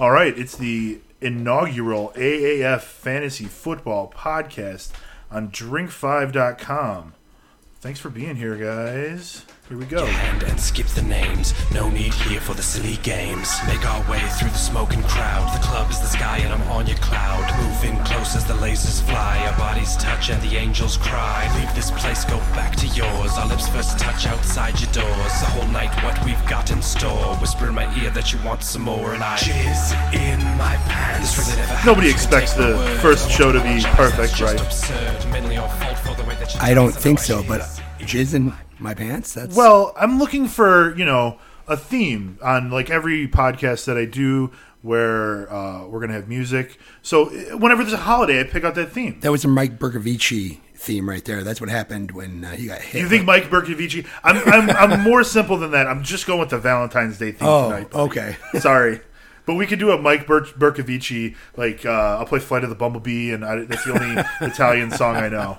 All right, it's the inaugural AAF Fantasy Football Podcast on Drink5.com. Thanks for being here, guys. Here we go. hand and skip the names. No need here for the silly games. Make our way through the smoking crowd. The club is the sky and I'm on your cloud. Move in close as the lasers fly. Our bodies touch and the angels cry. Leave this place, go back to yours. Our lips first touch outside your doors. The whole night, what we've got in store. Whisper in my ear that you want some more, and I jizz in my pants. This really never Nobody happens. You expects take my the word. first I show to be apologize. That's perfect, just right? absurd. Mainly your fault for the way that you I don't dress. think so, but Otherwise, jizz in my pants. That's Well, I'm looking for, you know, a theme on like every podcast that I do where uh, we're going to have music. So eh, whenever there's a holiday, I pick out that theme. that was a Mike Bercovici theme right there. That's what happened when uh, he got hit. You think Mike Berkovici? I'm, I'm, I'm more simple than that. I'm just going with the Valentine's Day theme oh, tonight. okay. Sorry. But we could do a Mike Ber- Berkovici, like, uh, I'll play Flight of the Bumblebee, and I, that's the only Italian song I know.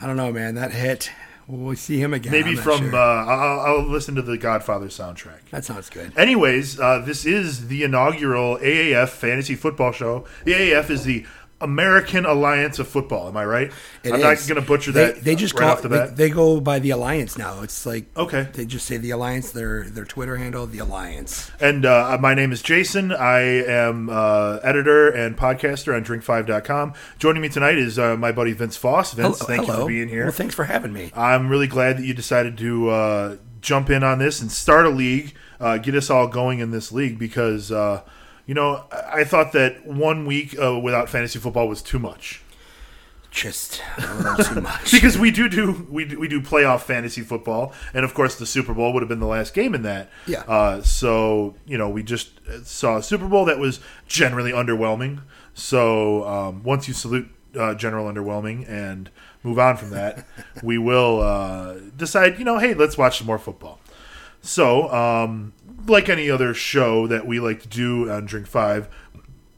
I don't know, man. That hit. Will we see him again? Maybe I'm not from, sure. uh, I'll, I'll listen to the Godfather soundtrack. that sounds good. Anyways, uh, this is the inaugural AAF fantasy football show. The AAF is the American Alliance of Football. Am I right? It I'm not is. going to butcher They- that. They, just right call off the they- bat. They, go by the Alliance now. It's like Okay. They just say the Alliance. Their their Twitter handle, the Alliance. And uh, my name is Jason. I am uh, editor and podcaster on Drink5.com. Joining me tonight is uh, my buddy Vince Foss. Vince, Hello- thank you hello. for being here. Well, thanks for having me. I'm really glad that you decided to uh, jump in on this and start a league, uh, get us all going in this league because, uh, you know, I-, I thought that one week uh, without fantasy football was too much. Just a little too much. Because we do do we do, we do playoff fantasy football, and of course the Super Bowl would have been the last game in that. Yeah. Uh, so you know we just saw a Super Bowl that was generally underwhelming. So um, once you salute uh, general underwhelming and move on from that, we will uh, decide. You know, hey, let's watch some more football. So, um, like any other show that we like to do on Drink Five,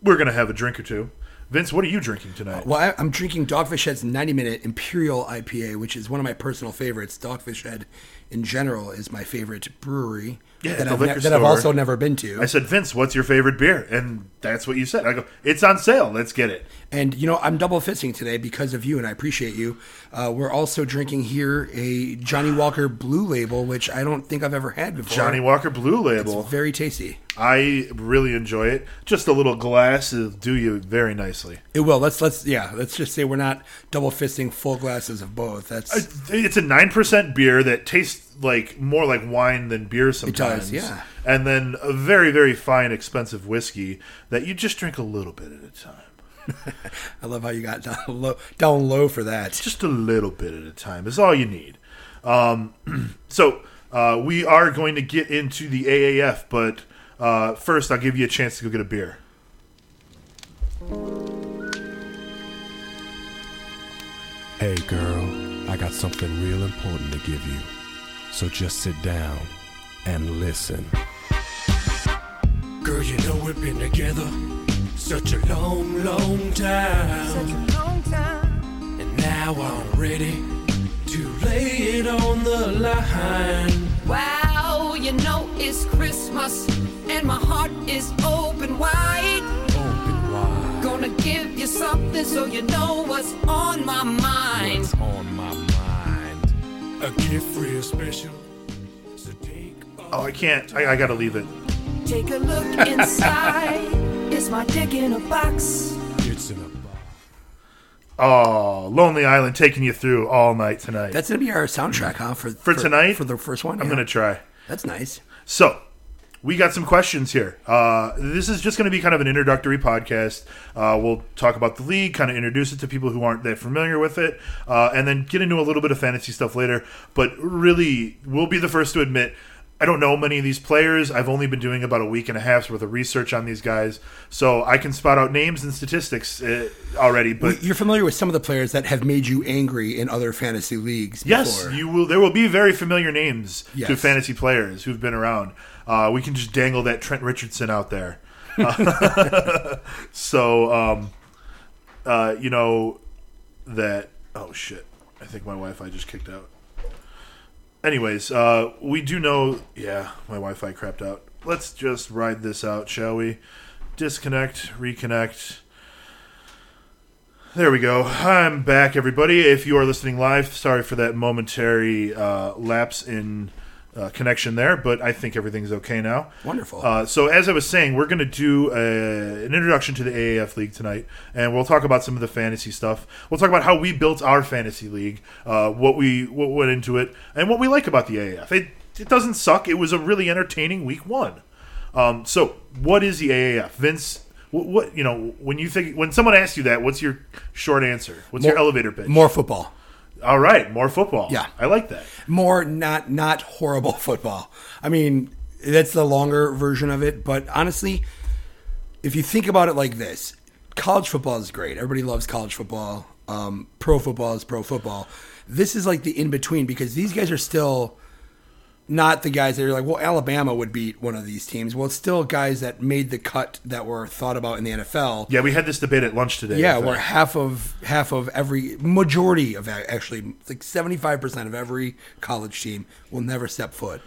we're gonna have a drink or two. Vince, what are you drinking tonight? Well, I, I'm drinking Dogfish Head's 90 minute Imperial IPA, which is one of my personal favorites. Dogfish Head, in general, is my favorite brewery Yeah, at that, the I've ne- liquor that I've store. also never been to. I said, Vince, what's your favorite beer? And that's what you said. I go, it's on sale. Let's get it. and you know, I'm double fisting today because of you, and I appreciate you. Uh, we're also drinking here a Johnny Walker Blue Label, which I don't think I've ever had before. Johnny Walker Blue Label. very tasty. I really enjoy it. Just a little glass will do you very nicely. It will. Let's let's yeah. Let's just say we're not double fisting full glasses of both. That's It's a 9% beer that tastes like more like wine than beer sometimes. yeah. And then a very, very fine, expensive whiskey that you just drink a little bit at a time. I love how you got down low down low for that. just a little bit at a time is all you need. Um, so uh, we are going to get into the AAF, but uh, first I'll give you a chance to go get a beer. Hey girl, I got something real important to give you. So just sit down and listen. Girl, you know we've been together such a long, long time. And now I'm ready to lay it on the line. Wow, you know it's Christmas and my heart is open wide. Open wide. Gonna give you something so you know what's on my mind. What's on my mind? A gift real special. So take a- Oh, I can't. I, I gotta leave it. Take a look inside. Is my dick in a box? It's in a box. Oh, Lonely Island taking you through all night tonight. That's gonna be our soundtrack, huh? For for, tonight for the first one. I'm yeah. gonna try. That's nice. So, we got some questions here. Uh, this is just going to be kind of an introductory podcast. Uh, we'll talk about the league, kind of introduce it to people who aren't that familiar with it, uh, and then get into a little bit of fantasy stuff later. But really, we'll be the first to admit. I don't know many of these players. I've only been doing about a week and a half's worth of research on these guys, so I can spot out names and statistics uh, already. But You're familiar with some of the players that have made you angry in other fantasy leagues. Yes, before. you will. There will be very familiar names to Yes. fantasy players who've been around. Uh, we can just dangle that Trent Richardson out there. so, um, uh, you know that. Oh shit! I think my Wi-Fi just kicked out. Anyways, uh, we do know. Yeah, my Wi-Fi crapped out. Let's just ride this out, shall we? disconnect, reconnect. There we go. I'm back, everybody. If you are listening live, sorry for that momentary uh, lapse in uh, connection there, but I think everything's okay now. Wonderful. Uh, so, as I was saying, we're going to do a, an introduction to the AAF League tonight, and we'll talk about some of the fantasy stuff. We'll talk about how we built our fantasy league, uh, what we what went into it, and what we like about the AAF. It, it doesn't suck. It was a really entertaining week one. Um, so, what is the AAF, Vince? What, what you know when you think when someone asks you that, what's your short answer? What's your More- elevator pitch? More football. All right, more football. Yeah. I like that. more not not horrible football. I mean, that's the longer version of it, but honestly, if you think about it like this, college football is great. Everybody loves college football. Um, pro football is pro football. This is like the in between because these guys are still not the guys that are like, well, Alabama would beat one of these teams. Well, it's still guys that made the cut that were thought about in the NFL. Yeah, we had this debate at lunch today. Yeah, in fact. where half of half of every majority of a- actually like seventy five percent of every college team will never step foot.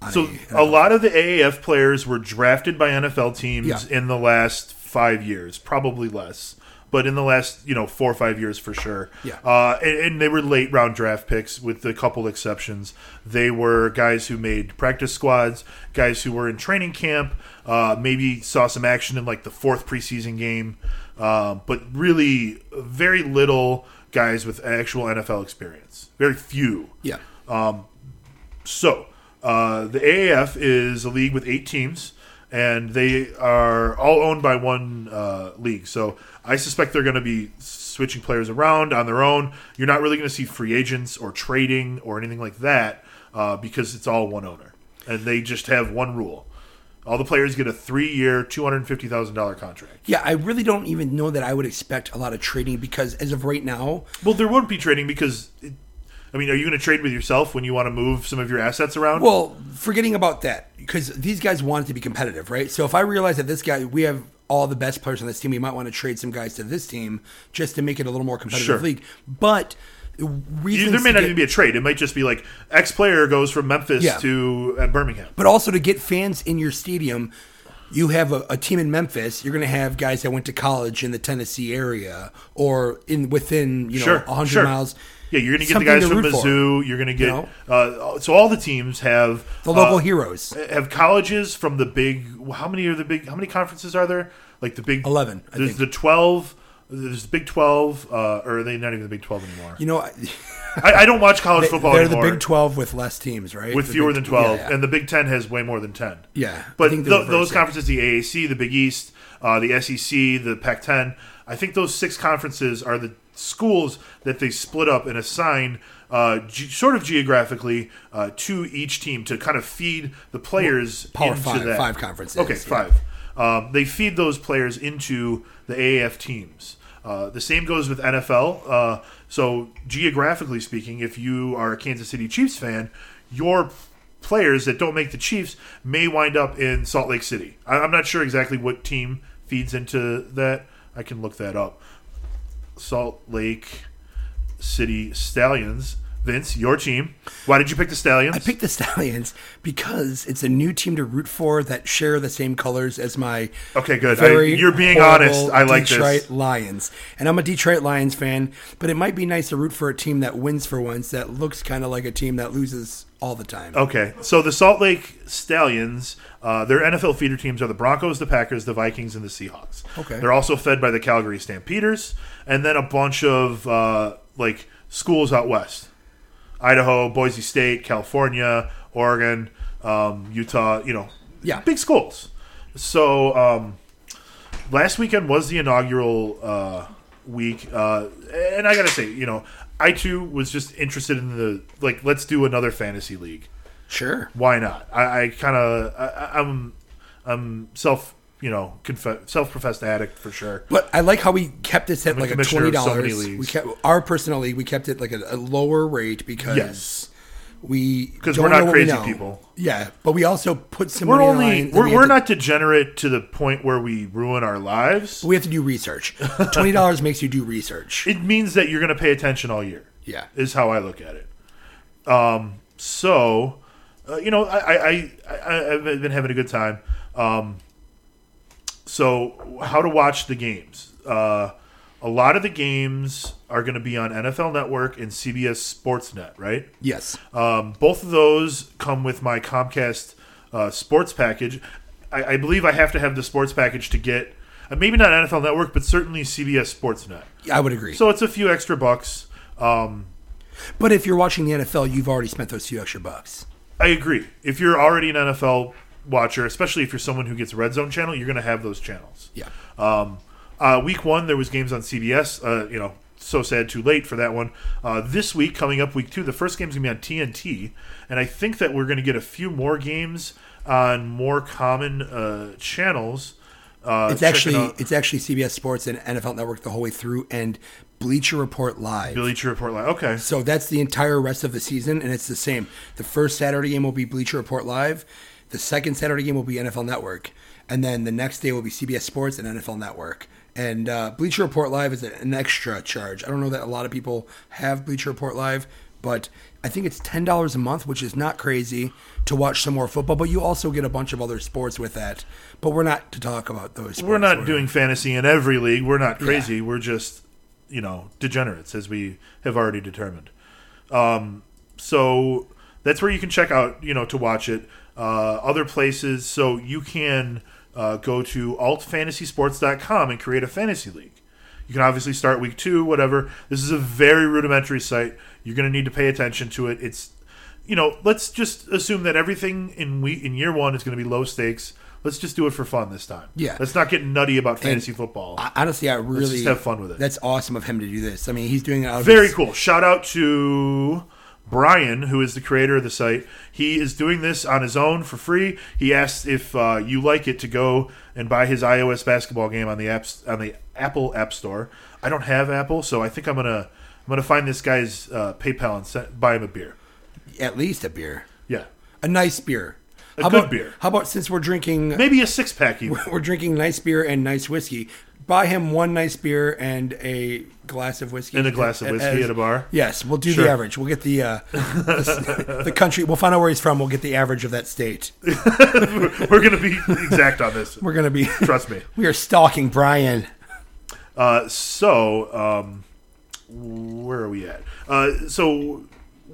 On So a, a lot of the AAF players were drafted by NFL teams Yeah. in the last five years, probably less, but in the last you know four or five years for sure. Yeah. uh, and, and they were late round draft picks, with a couple exceptions. They were guys who made practice squads, guys who were in training camp, uh, maybe saw some action in like the fourth preseason game, uh, but really very little guys with actual NFL experience. Very few. yeah, So, uh, the AAF is a league with eight teams, and they are all owned by one uh, league. So, I suspect they're going to be switching players around on their own. You're not really going to see free agents or trading or anything like that uh, because it's all one owner, and they just have one rule. All the players get a three-year, two hundred fifty thousand dollar contract. yeah. I really don't even know that I would expect a lot of trading because as of right now, Well, there won't be trading because, it, I mean, are you going to trade with yourself when you want to move some of your assets around? well, forgetting about that because these guys want it to be competitive, right? So if I realize that this guy, we have all the best players on this team, we might want to trade some guys to this team just to make it a little more competitive Sure. league. But reasons You- there may to not get- even be a trade. It might just be like X player goes from Memphis Yeah. to uh, Birmingham. but also to get fans in your stadium. You have a, a team in Memphis. You're going to have guys that went to college in the Tennessee area or in within you know sure, 100 sure. miles. Yeah, you're going to get the Something guys to from root for. Mizzou. You're going to get know? uh, so all the teams have The local uh, heroes, have colleges from the big. How many are the big? How many conferences are there? Like the big 11, I there's think. the twelve. There's the Big Twelve, uh, or are they not even the Big Twelve anymore? you know, I- I, I don't watch college football they're anymore. the Big 12 with less teams, right? with The fewer Big- than 12 yeah, yeah. and the big 10 has way more than 10 Yeah, I but think th- they reversed those it. conferences the aac the big east uh, the sec the pac 10 i think those six conferences are the schools that they split up and assign uh, ge- sort of geographically uh, to each team to kind of feed the players Power into five- that. five conferences, okay yeah. five um, they feed those players into the aaf teams uh, the same goes with NFL. Uh, so geographically speaking, if you are a Kansas City Chiefs fan, your players that don't make the Chiefs may wind up in Salt Lake City. I- I'm not sure exactly what team feeds into that. I can look that up. Salt Lake City Stallions. Vince, your team. Why did you pick the Stallions? I picked the Stallions because it's a new team to root for that share the same colors as my Okay, good. I- very you're being horrible honest. I like this. Detroit Lions, and I'm a Detroit Lions fan. But it might be nice to root for a team that wins for once that looks kind of like a team that loses all the time. Okay, so the Salt Lake Stallions, uh, their NFL feeder teams are the Broncos, the Packers, the Vikings, and the Seahawks. Okay. they're also fed by the Calgary Stampeders, and then a bunch of uh, like schools out west: Idaho, Boise State, California, Oregon, um, Utah. You know, Yeah. big schools. So um, last weekend was the inaugural uh, week, uh, and I gotta say, you know, I too was just interested in the like, let's do another fantasy league Sure. why not? I, I kind of I- I- I'm I'm self you know conf- self professed addict for sure. But I like how we kept this at a like a commissioner twenty of so many dollars. we leagues. kept our personal league. We kept it like a, a lower rate because Yes. we 'Cause don't we're know not what we crazy know. people. Yeah, but we also put some. We're money only online that we're, we we're have to- not degenerate to the point where we ruin our lives. We have to do research. Twenty dollars makes you do research. It means that you're going to pay attention all year. Yeah. is how I look at it. Um, so uh, you know I I, I I I've been having a good time. Um, So, how to watch the games? Uh, a lot of the games are going to be on NFL Network and CBS Sportsnet, right? Yes. Um, both of those come with my Comcast uh, sports package. I, I believe I have to have the sports package to get uh, maybe not NFL Network, but certainly CBS Sportsnet. I would agree. So it's a few extra bucks. Um, but if you're watching the NFL, you've already spent those few extra bucks. I agree. If you're already an NFL watcher, especially if you're someone who gets Red Zone channel, you're going to have those channels. Yeah. Um, uh, week one, there was games on CBS. Uh, you know, so sad, too late for that one. Uh, this week, coming up week two, the first game's gonna be on TNT, and I think that we're gonna get a few more games on more common uh, channels. Uh, It's check it actually out. it's actually CBS Sports and NFL Network the whole way through and Bleacher Report live. Bleacher Report live. Okay, So that's the entire rest of the season, and it's the same. The first Saturday game will be Bleacher Report Live. The second Saturday game will be NFL Network. And then the next day will be CBS Sports and NFL Network. And uh, Bleacher Report Live is an extra charge. I don't know that a lot of people have Bleacher Report Live, but I think it's $10 a month, which is not crazy to watch some more football. But you also get a bunch of other sports with that. But we're not to talk about those. we're sports. not doing fantasy in every league. We're not crazy. We're just you know degenerates, as we have already determined. Um, so that's where you can check out you know to watch it uh, other places so you can uh, go to altfantasysports.com and create a fantasy league you can obviously start week two whatever this is a very rudimentary site you're going to need to pay attention to it it's you know let's just assume that everything in we in year one is going to be low stakes let's just do it for fun this time Yeah. let's not get nutty about fantasy football I- Honestly, I really just have fun with it. That's awesome of him to do this. I mean, he's doing it out of Very his- cool. Shout out to Brian, who is the creator of the site. He is doing this on his own for free. He asked if uh, you like it to go and buy his iOS basketball game on the apps on the Apple App Store. I don't have Apple, so I think I'm gonna I'm gonna find this guy's uh, PayPal and set, buy him a beer. at least a beer. Yeah, a nice beer. A how good about, beer. How about since we're drinking, maybe a six pack even. we're drinking nice beer and nice whiskey. Buy him one nice beer and a glass of whiskey. And a glass of whiskey at a bar? Yes, we'll do Sure. the average. We'll get the, uh, the the country. We'll find out where he's from. We'll get the average of that state. We're gonna be exact on this. We're gonna be. Trust me. we are stalking Brian. Uh, so um, where are we at? Uh, so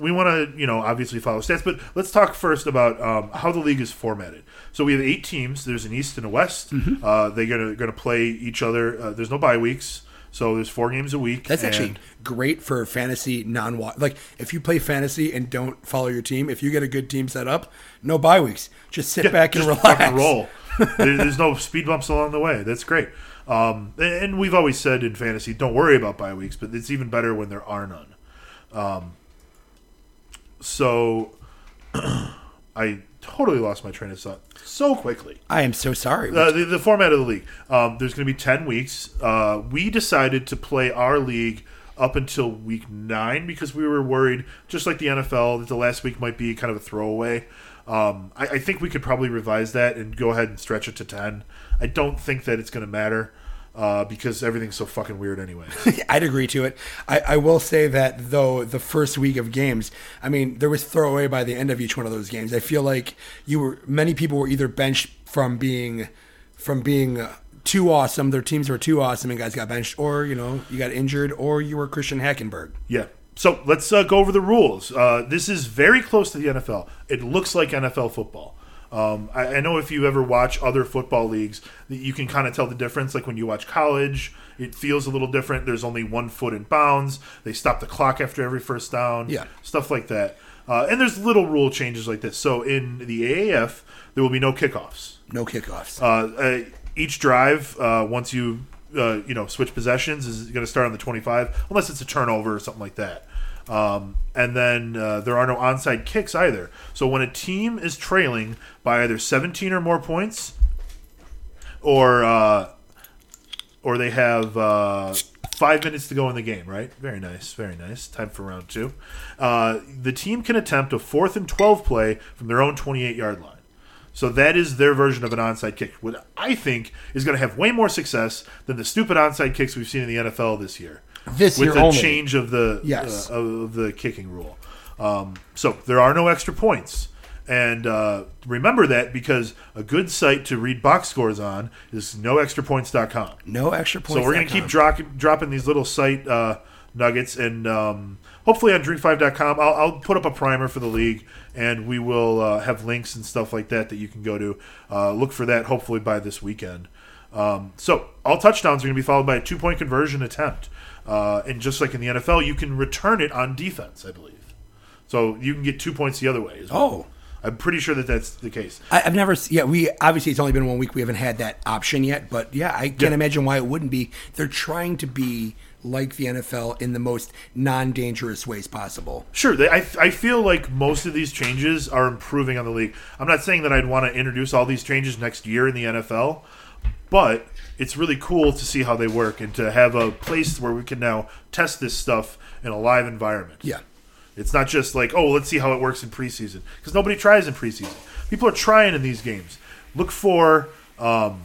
we want to, you know, obviously follow stats, but let's talk first about um, how the league is formatted. So we have eight teams. There's an East and a West. Mm-hmm. Uh, they're gonna gonna play each other. Uh, there's no bye weeks, so there's four games a week. That's actually and- great for fantasy non watch. Like if you play fantasy and don't follow your team, if you get a good team set up, no bye weeks. Just sit back and just relax. fucking roll. there, there's no speed bumps along the way. That's great. Um, and- and we've always said in fantasy, don't worry about bye weeks, but it's even better when there are none. Um, so I totally lost my train of thought so quickly. I am so sorry. Uh, the, the format of the league. Um, there's going to be 10 weeks. Uh, we decided to play our league up until week nine because we were worried, just like the NFL, that the last week might be kind of a throwaway. Um, I, I think we could probably revise that and go ahead and stretch it to 10. I don't think that it's going to matter uh, because everything's so fucking weird anyway. I'd agree to it. I, I will say that though the first week of games, I mean, there was throwaway by the end of each one of those games. I feel like you were many people were either benched from being from being uh, too awesome, their teams were too awesome, and guys got benched, or you know, you got injured, or you were Christian Hackenberg. Yeah. So let's uh, go over the rules. Uh, this is very close to the NFL. It looks like NFL football. Um, I, I know if you ever watch other football leagues, that you can kind of tell the difference. Like when you watch college, it feels a little different. There's only one foot in bounds. They stop the clock after every first down. Yeah. Stuff like that. Uh, and there's little rule changes like this. So in the AAF, there will be no kickoffs No kickoffs. uh, uh, each drive uh, once you uh, you know switch possessions is going to start on the 25 unless it's a turnover or something like that um, and then uh, there are no onside kicks either so when a team is trailing by either 17 or more points or uh, or they have uh, five minutes to go in the game, right? Very nice, very nice. Time for round two. Uh, the team can attempt a fourth and 12 play from their own 28 yard line. So that is their version of an onside kick, what I think is going to have way more success than the stupid onside kicks we've seen in the NFL this year. This with year the only. change of the Yes. uh, of the kicking rule. Um, so there are no extra points. And uh, remember that because a good site to read box scores on is noextrapoints.com. No extra points. So we're going to keep dro- dropping these little site uh, nuggets, and um, hopefully on drink5.com, I'll, I'll put up a primer for the league, and we will uh, have links and stuff like that that you can go to. Uh, look for that hopefully by this weekend. Um, so all touchdowns are going to be followed by a two point conversion attempt, uh, and just like in the NFL, you can return it on defense, I believe. So you can get two points the other way. As well. Oh. I'm pretty sure that that's the case. I, I've never. s- Yeah, we obviously it's only been one week. We haven't had that option yet, but yeah, I can't Yeah. imagine why it wouldn't be. They're trying to be like the NFL in the most non-dangerous ways possible. Sure, they, I, I feel like most of these changes are improving on the league. I'm not saying that I'd want to introduce all these changes next year in the NFL, but it's really cool to see how they work and to have a place where we can now test this stuff in a live environment. Yeah. It's not just like, oh, let's see how it works in preseason because nobody tries in preseason. People are trying in these games. Look for um,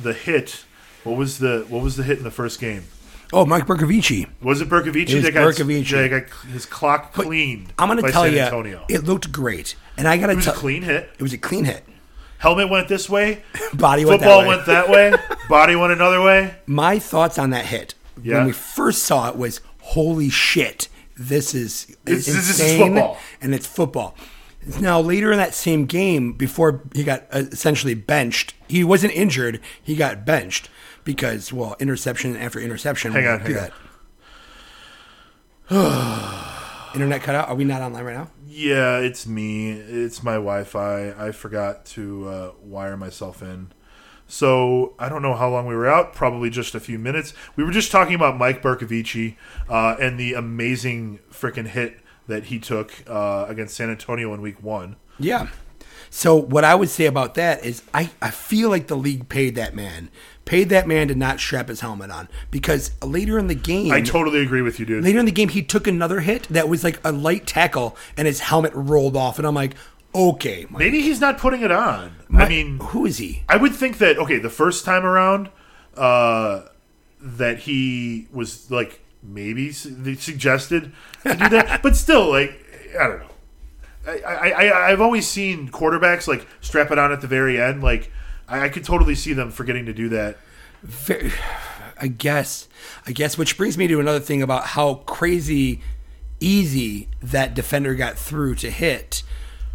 the hit. What was the what was the hit in the first game? Oh, Mike Berkovici. Was it Berkovici It was that got, Berkovici. that got his clock cleaned? I'm going by to tell San you, Antonio. it looked great, and I got It to was a tell. clean hit. It was a clean hit. Helmet went this way. Body went that Football way. went that way. Body went another way. My thoughts on that hit Yeah. when we first saw it was holy shit, this is This- this insane is football. and it's football. Now later in that same game, before he got uh, essentially benched, he wasn't injured. He got benched because well, interception after interception. Hang will on, hang on. Internet cut out. Are we not online right now? Yeah, it's me. It's my Wi-Fi. I forgot to uh, wire myself in. So I don't know how long we were out. Probably just a few minutes. We were just talking about Mike Berkovici uh, and the amazing freaking hit that he took uh, against San Antonio in Week One. Yeah. So what I would say about that is I, I feel like the league paid that man. Paid that man to not strap his helmet on. Because later in the game I totally agree with you, dude. later in the game he took another hit that was like a light tackle and his helmet rolled off and I'm like, okay, my, Maybe he's not putting it on. I mean, who is he? I would think that okay, the first time around, uh, that he was like maybe s- they suggested to do that, but still, like I don't know. I, I, I I've always seen quarterbacks like strap it on at the very end. Like I, I could totally see them forgetting to do that. Ver- I guess. I guess which brings me to another thing about how crazy easy that defender got through to hit.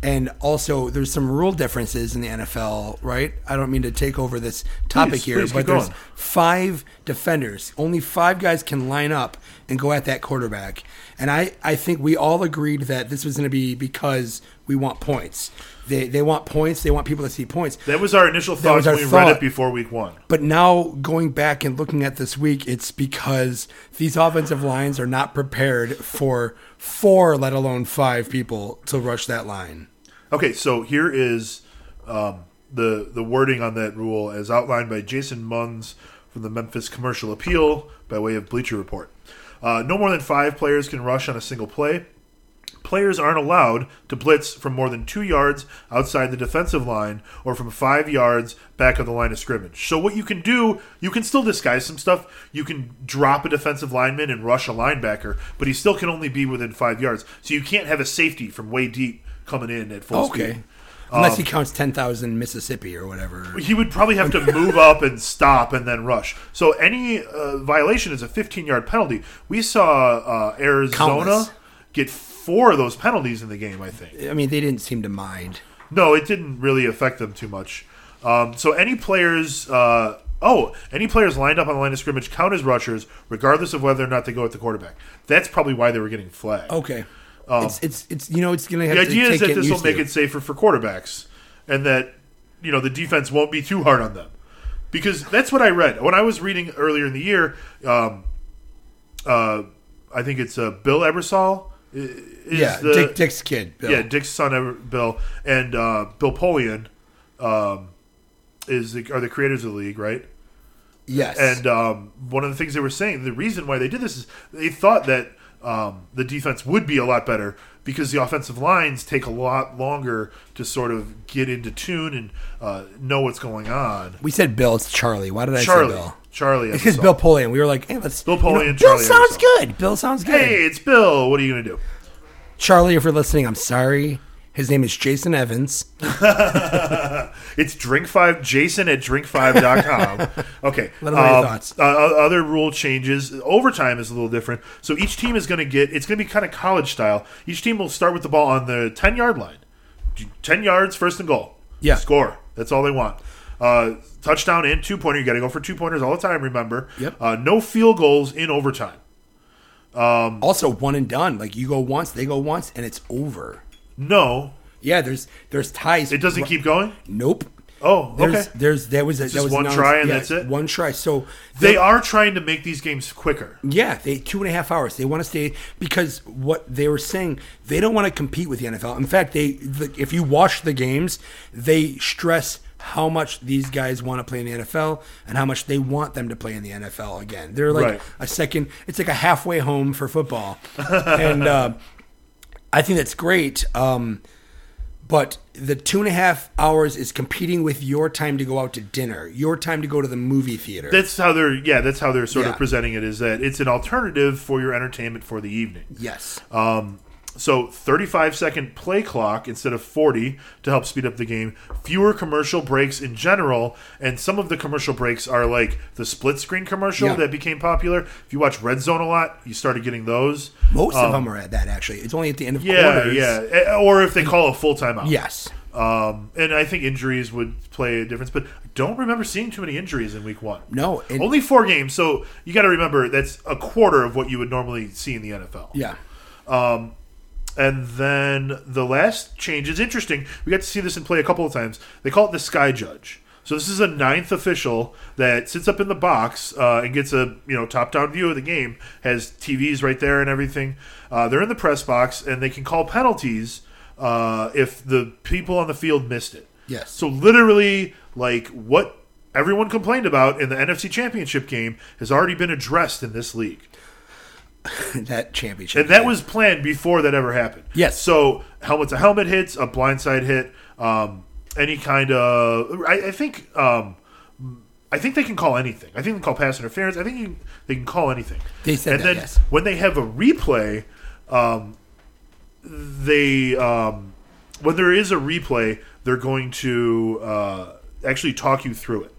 And also there's some rule differences in the NFL, right? I don't mean to take over this topic Please, here, please keep but there's going. five defenders. Only five guys can line up and go at that quarterback. And I, I think we all agreed that this was going to be because we want points. They, they want points. They want people to see points. That was our initial That thought was when our we read it thought. before week one. But now going back and looking at this week, it's because these offensive lines are not prepared for four, let alone five people to rush that line. Okay, so here is um, the the wording on that rule as outlined by Jason Munns from the Memphis Commercial Appeal by way of Bleacher Report. Uh, no more than five players can rush on a single play. Players aren't allowed to blitz from more than two yards outside the defensive line or from five yards back of the line of scrimmage. So, what you can do, you can still disguise some stuff. You can drop a defensive lineman and rush a linebacker, but he still can only be within five yards. So, you can't have a safety from way deep coming in at full speed. Okay. Unless Um, he counts 10,000 Mississippi or whatever. He would probably have to move up and stop and then rush. So any uh, violation is a 15 yard penalty. We saw uh, Arizona Countless. get four of those penalties in the game, I think. I mean, they didn't seem to mind. No, it didn't really affect them too much. Um, so any players, uh, oh, any players lined up on the line of scrimmage count as rushers, regardless of whether or not they go at the quarterback. That's probably why they were getting flagged. Okay. it's, it's, it's, you know, it's going to have Um, The to idea is take that getting this will used make to. it safer for quarterbacks, and that you know the defense won't be too hard on them, because that's what I read when I was reading earlier in the year. Um, uh, I think it's uh, Bill Ebersol. i- Is Yeah. the- Dick, Dick's kid. Bill. yeah, Dick's son Ever- Bill and uh, Bill Polian um, is the, are the creators of the league, right? Yes. And um, one of the things they were saying, the reason why they did this is they thought that um, the defense would be a lot better because the offensive lines take a lot longer to sort of get into tune and uh, know what's going on. we said Bill. It's Charlie. Why did I Charlie, say Bill? Charlie, Because Ebersol. Bill Polian. We were like, hey, let's. Bill you know, Polian, Bill Charlie sounds Ebersol. good. Bill sounds good. Hey, it's Bill. What are you going to do? Charlie, if you're listening, I'm sorry. His name is Jason Evans. It's drink five Jason at drink5.com. okay. Let 'em know your um, thoughts. uh, o- other rule changes. Overtime is a little different. So each team is going to get. It's going to be kind of college style. Each team will start with the ball on the ten yard line. D- Ten yards, first and goal. Yeah. Score. That's all they want. Uh, touchdown and two pointer. You got to go for two pointers all the time. Remember. Yep. Uh, no field goals in overtime. Mm. Also, one and done. Like you go once, they go once, and it's over. No. Yeah, there's there's ties. It doesn't keep going. Nope. Oh, okay. There's, There's that was a, that just was one announced- try and yeah, that's it? One try. So they the- are trying to make these games quicker. Yeah, they two and a half hours. They want to stay because what they were saying, they don't want to compete with the NFL. In fact, they the, if you watch the games, they stress how much these guys want to play in the NFL and how much they want them to play in the NFL again. They're like Right. a second. It's like a halfway home for football, and uh, I think that's great. Um, but the two and a half hours is competing with your time to go out to dinner, your time to go to the movie theater. That's how they're yeah. That's how they're sort Yeah. of presenting it. Is that it's an alternative for your entertainment for the evening. yes. So 35 second play clock instead of 40 to help speed up the game. Fewer commercial breaks in general, and some of the commercial breaks are like the split screen commercial Yeah. that became popular. If you watch Red Zone a lot, you started getting those. Most of them are at that actually. It's only at the end of Oh. Yeah, quarters. yeah. Eh, Or if they call a full timeout. Yes. Um, and I think injuries would play a difference, but I don't remember seeing too many injuries in week one. No, and- only four games. So you got to remember that's a quarter of what you would normally see in the NFL. Yeah. And then the last change is interesting. We got to see this in play a couple of times. They call it the Sky Judge. So this is a ninth official that sits up in the box uh, and gets a you know top down view of the game. Has TVs right there and everything. Uh, they're in the press box and they can call penalties uh, if the people on the field missed it. Yes. So literally, like what everyone complained about in the NFC Championship game has already been addressed in this league. that championship. And that was planned before that ever happened. Yes. So helmet to helmet hits, a blindside hit, um, any kind of. I, I think. Um, I think they can call anything. I think they can call pass interference. I think you, they can call anything. They said and that, then yes. when they have a replay, um, they um, when there is a replay, they're going to uh, actually talk you through it.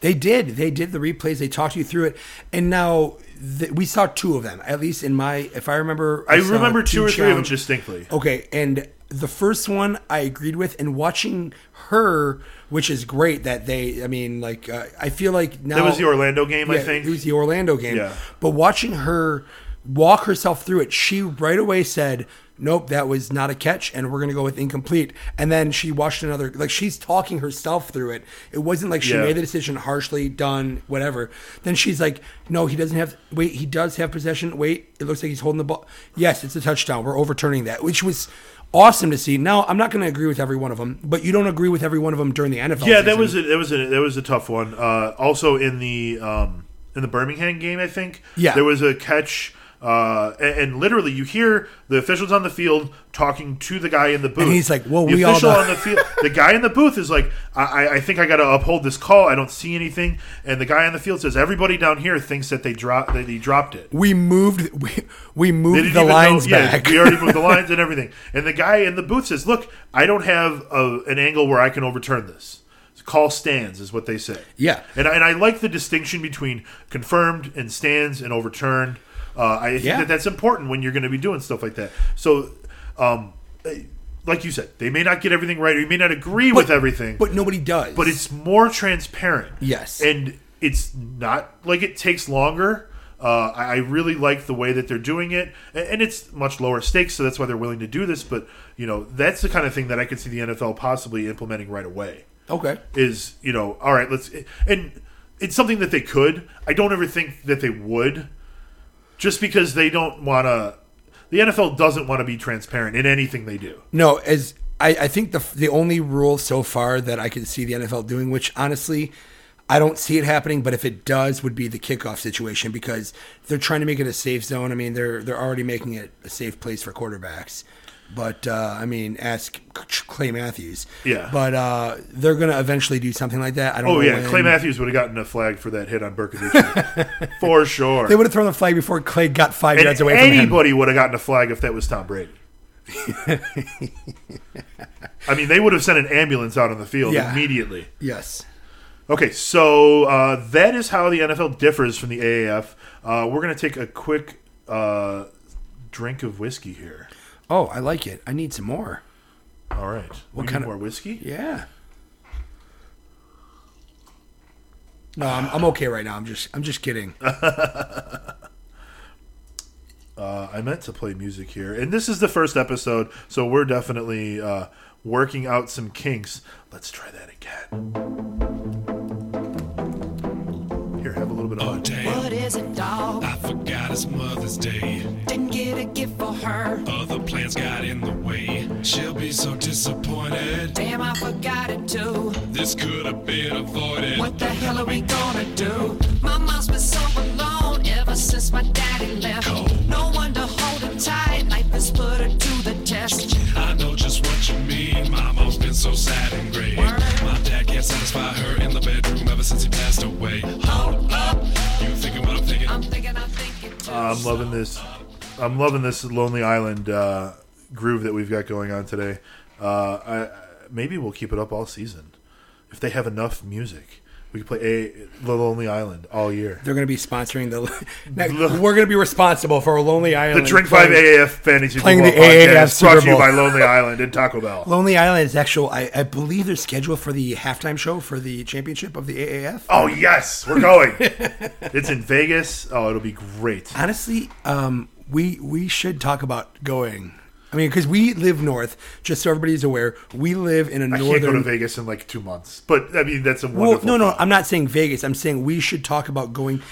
They did. They did the replays. They talked you through it, and now th- we saw two of them. At least in my, if I remember, I saw remember two or three of them challenges. distinctly. Okay, and the first one I agreed with, and watching her, which is great that they. I mean, like uh, I feel like now That was the Orlando game, I Yeah, think. It was the Orlando game. Yeah. But watching her walk herself through it, she right away said, Nope, that was not a catch, and we're going to go with incomplete. And then she watched another, like she's talking herself through it. It wasn't like she Yeah. made the decision harshly, done, whatever. Then she's like, No, he doesn't have, wait, he does have possession. Wait, it looks like he's holding the ball. Yes, it's a touchdown. We're overturning that, which was awesome to see. Now, I'm not going to agree with every one of them, but you don't agree with every one of them during the NFL. Yeah, that season. was a, that was a, that was a tough one. Uh, also in the um, in the Birmingham game, I think. Yeah. there was a catch. Uh, and, and literally, you hear the officials on the field talking to the guy in the booth. he's like, "Well, the we all official know." on the field, the guy in the booth is like, I, I- I think I got to uphold this call. I don't see anything." And the guy on the field says, "Everybody down here thinks that they dropped that he dropped it." we moved we, we They moved didn't the even lines know, yeah, back. we already moved the lines and everything. And the guy in the booth says, "Look, I don't have a, an angle where I can overturn this. Call stands is what they say." Yeah. and I- and I like the distinction between confirmed and stands and overturned. Uh, I think Yeah. that that's important when you're going to be doing stuff like that. So, um, eh, like you said, they may not get everything right, or you may not agree with everything, But nobody does. but it's more transparent. Yes. and it's not like it takes longer. Uh, I, I really like the way that they're doing it, A- and, it's much lower stakes, so that's why they're willing to do this. But you know, that's the kind of thing that I could see the NFL possibly implementing right away. okay. Is you know, all right, let's and it's something that they could. I don't ever think that they would, just because they don't want to. The NFL doesn't want to be transparent in anything they do. No, as I, I think the the only rule so far that I can see the NFL doing, which honestly I don't see it happening, but if it does, would be the kickoff situation because they're trying to make it a safe zone. I mean, they're they're already making it a safe place for quarterbacks. But uh, I mean, ask Clay Matthews. Yeah. But uh, they're going to eventually do something like that. I don't. Oh know yeah, when. Clay Matthews would have gotten a flag for that hit on Berkovich for sure. They would have thrown the flag before Clay got five And yards away from him. anybody would have gotten a flag if that was Tom Brady. I mean, they would have sent an ambulance out on the field Yeah. immediately. Yes. Okay, so uh, that is how the NFL differs from the AAF. Uh, we're going to take a quick uh, drink of whiskey here. Oh, I like it. I need some more. All right. What kind of- more whiskey? Yeah. No, I'm, I'm okay right now. I'm just I'm just kidding. Uh, I meant to play music here, and this is the first episode, so we're definitely uh, working out some kinks. Let's try that again. Here, have a little bit Oh, of. damn. What is it, dog? I forgot it's Mother's Day. Didn't get a gift for her. Other plans got in the way. She'll be so disappointed. Damn, I forgot it too. This could have been avoided. What the hell are we gonna do? My mom's been so alone ever since my daddy left. No one to hold her tight. Life has put her to the test. I know just what you mean. My mom's been so sad and gray. My dad can't satisfy her in the bedroom ever since he passed away. Hold up, you thinking what I'm Uh, thinking? I'm thinking, I'm thinking too. I'm loving this. I'm loving this Lonely Island uh, groove that we've got going on today. Uh, I, I- maybe we'll keep it up all season if they have enough music. We could play a the Lonely Island all year. They're going to be sponsoring the. Now, we're going to be responsible for Lonely The Island. Drink Five AAF Fantasy playing Football the AAF Podcast brought to Super you Bowl. by Lonely Island and Taco Bell. Lonely Island is actual. I, I believe they're scheduled for the halftime show for the championship of the AAF. Oh yes, we're going. it's in Vegas. Oh, it'll be great. Honestly, um, we we should talk about going. I mean, because we live north. Just so everybody's aware, we live in a I northern. can't go to Vegas in like two months, but I mean that's a Well, wonderful. no, no, thought. I'm not saying Vegas. I'm saying we should talk about going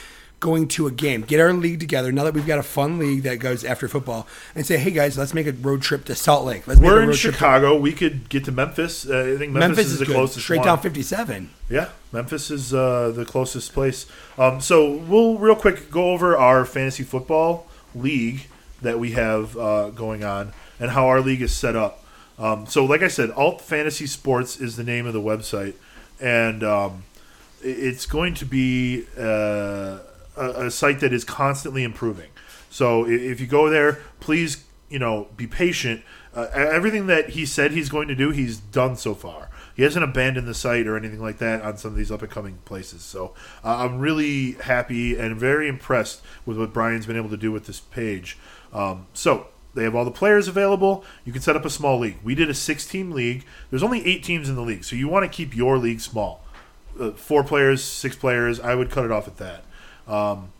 going to a game. Get our league together. Now that we've got a fun league that goes after football, and say, hey guys, let's make a road trip to Salt Lake. Let's We're make a in road trip to- Chicago. We could get to Memphis. Uh, I think Memphis, Memphis is, is the good. closest. Straight one. down 57. Yeah, Memphis is uh, the closest place. Um, so we'll real quick go over our fantasy football league that we have uh, going on and how our league is set up. Um, so, like I said, Alt Fantasy Sports is the name of the website, and um, i- it's going to be uh, a, a site that is constantly improving. So, i- if you go there, please you know, be patient. Uh, everything that he said he's going to do, he's done so far. He hasn't abandoned the site or anything like that on some of these up and coming places. So uh, I'm really happy and very impressed with what Brian's been able to do with this page. Um, so they have all the players available. You can set up a small league. We did a six team league. There's only eight teams in the league, so you want to keep your league small. Uh, four players, six players. I would cut it off at that. Um,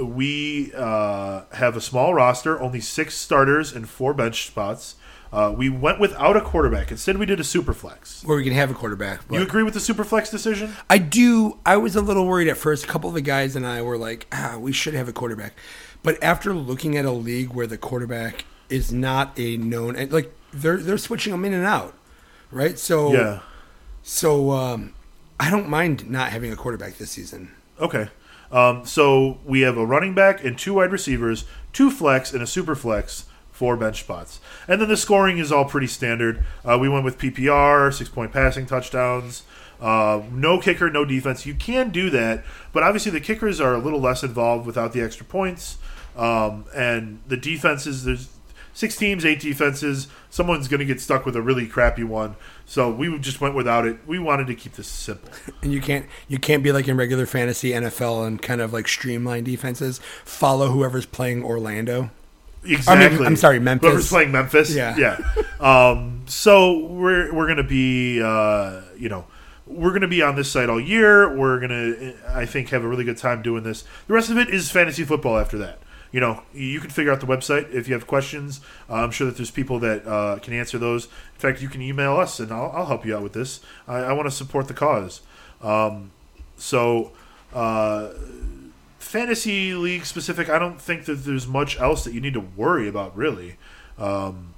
we uh, have a small roster, only six starters and four bench spots. Uh, we went without a quarterback. Instead, we did a super flex. Where we can have a quarterback. but- You agree with the super flex decision? I do. I was a little worried at first. A couple of the guys and I were like, ah, we should have a quarterback. But after looking at a league where the quarterback is not a known, and like they're they're switching them in and out, right? So Yeah. So um, I don't mind not having a quarterback this season. Okay. Um, so we have a running back and two wide receivers, two flex and a super flex, four bench spots. And then the scoring is all pretty standard. Uh, we went with PPR, six point passing touchdowns, uh, no kicker, no defense. You can do that, but obviously the kickers are a little less involved without the extra points. Um, and the defenses, there's six teams, eight defenses. Someone's going to get stuck with a really crappy one. So we just went without it. We wanted to keep this simple. And you can't you can't be like in regular fantasy NFL and kind of like streamline defenses. Follow whoever's playing Orlando. Exactly. I'm sorry, Memphis. Whoever's playing Memphis. Yeah. Yeah. um, so we're we're gonna be uh, you know we're gonna be on this site all year. We're gonna I think have a really good time doing this. The rest of it is fantasy football. After that, you know you can figure out the website if you have questions. Uh, I'm sure that there's people that uh, can answer those. In fact, you can email us and I'll, I'll help you out with this. I, I want to support the cause. Um, so. Uh, fantasy league specific, I don't think that there's much else that you need to worry about really. Um,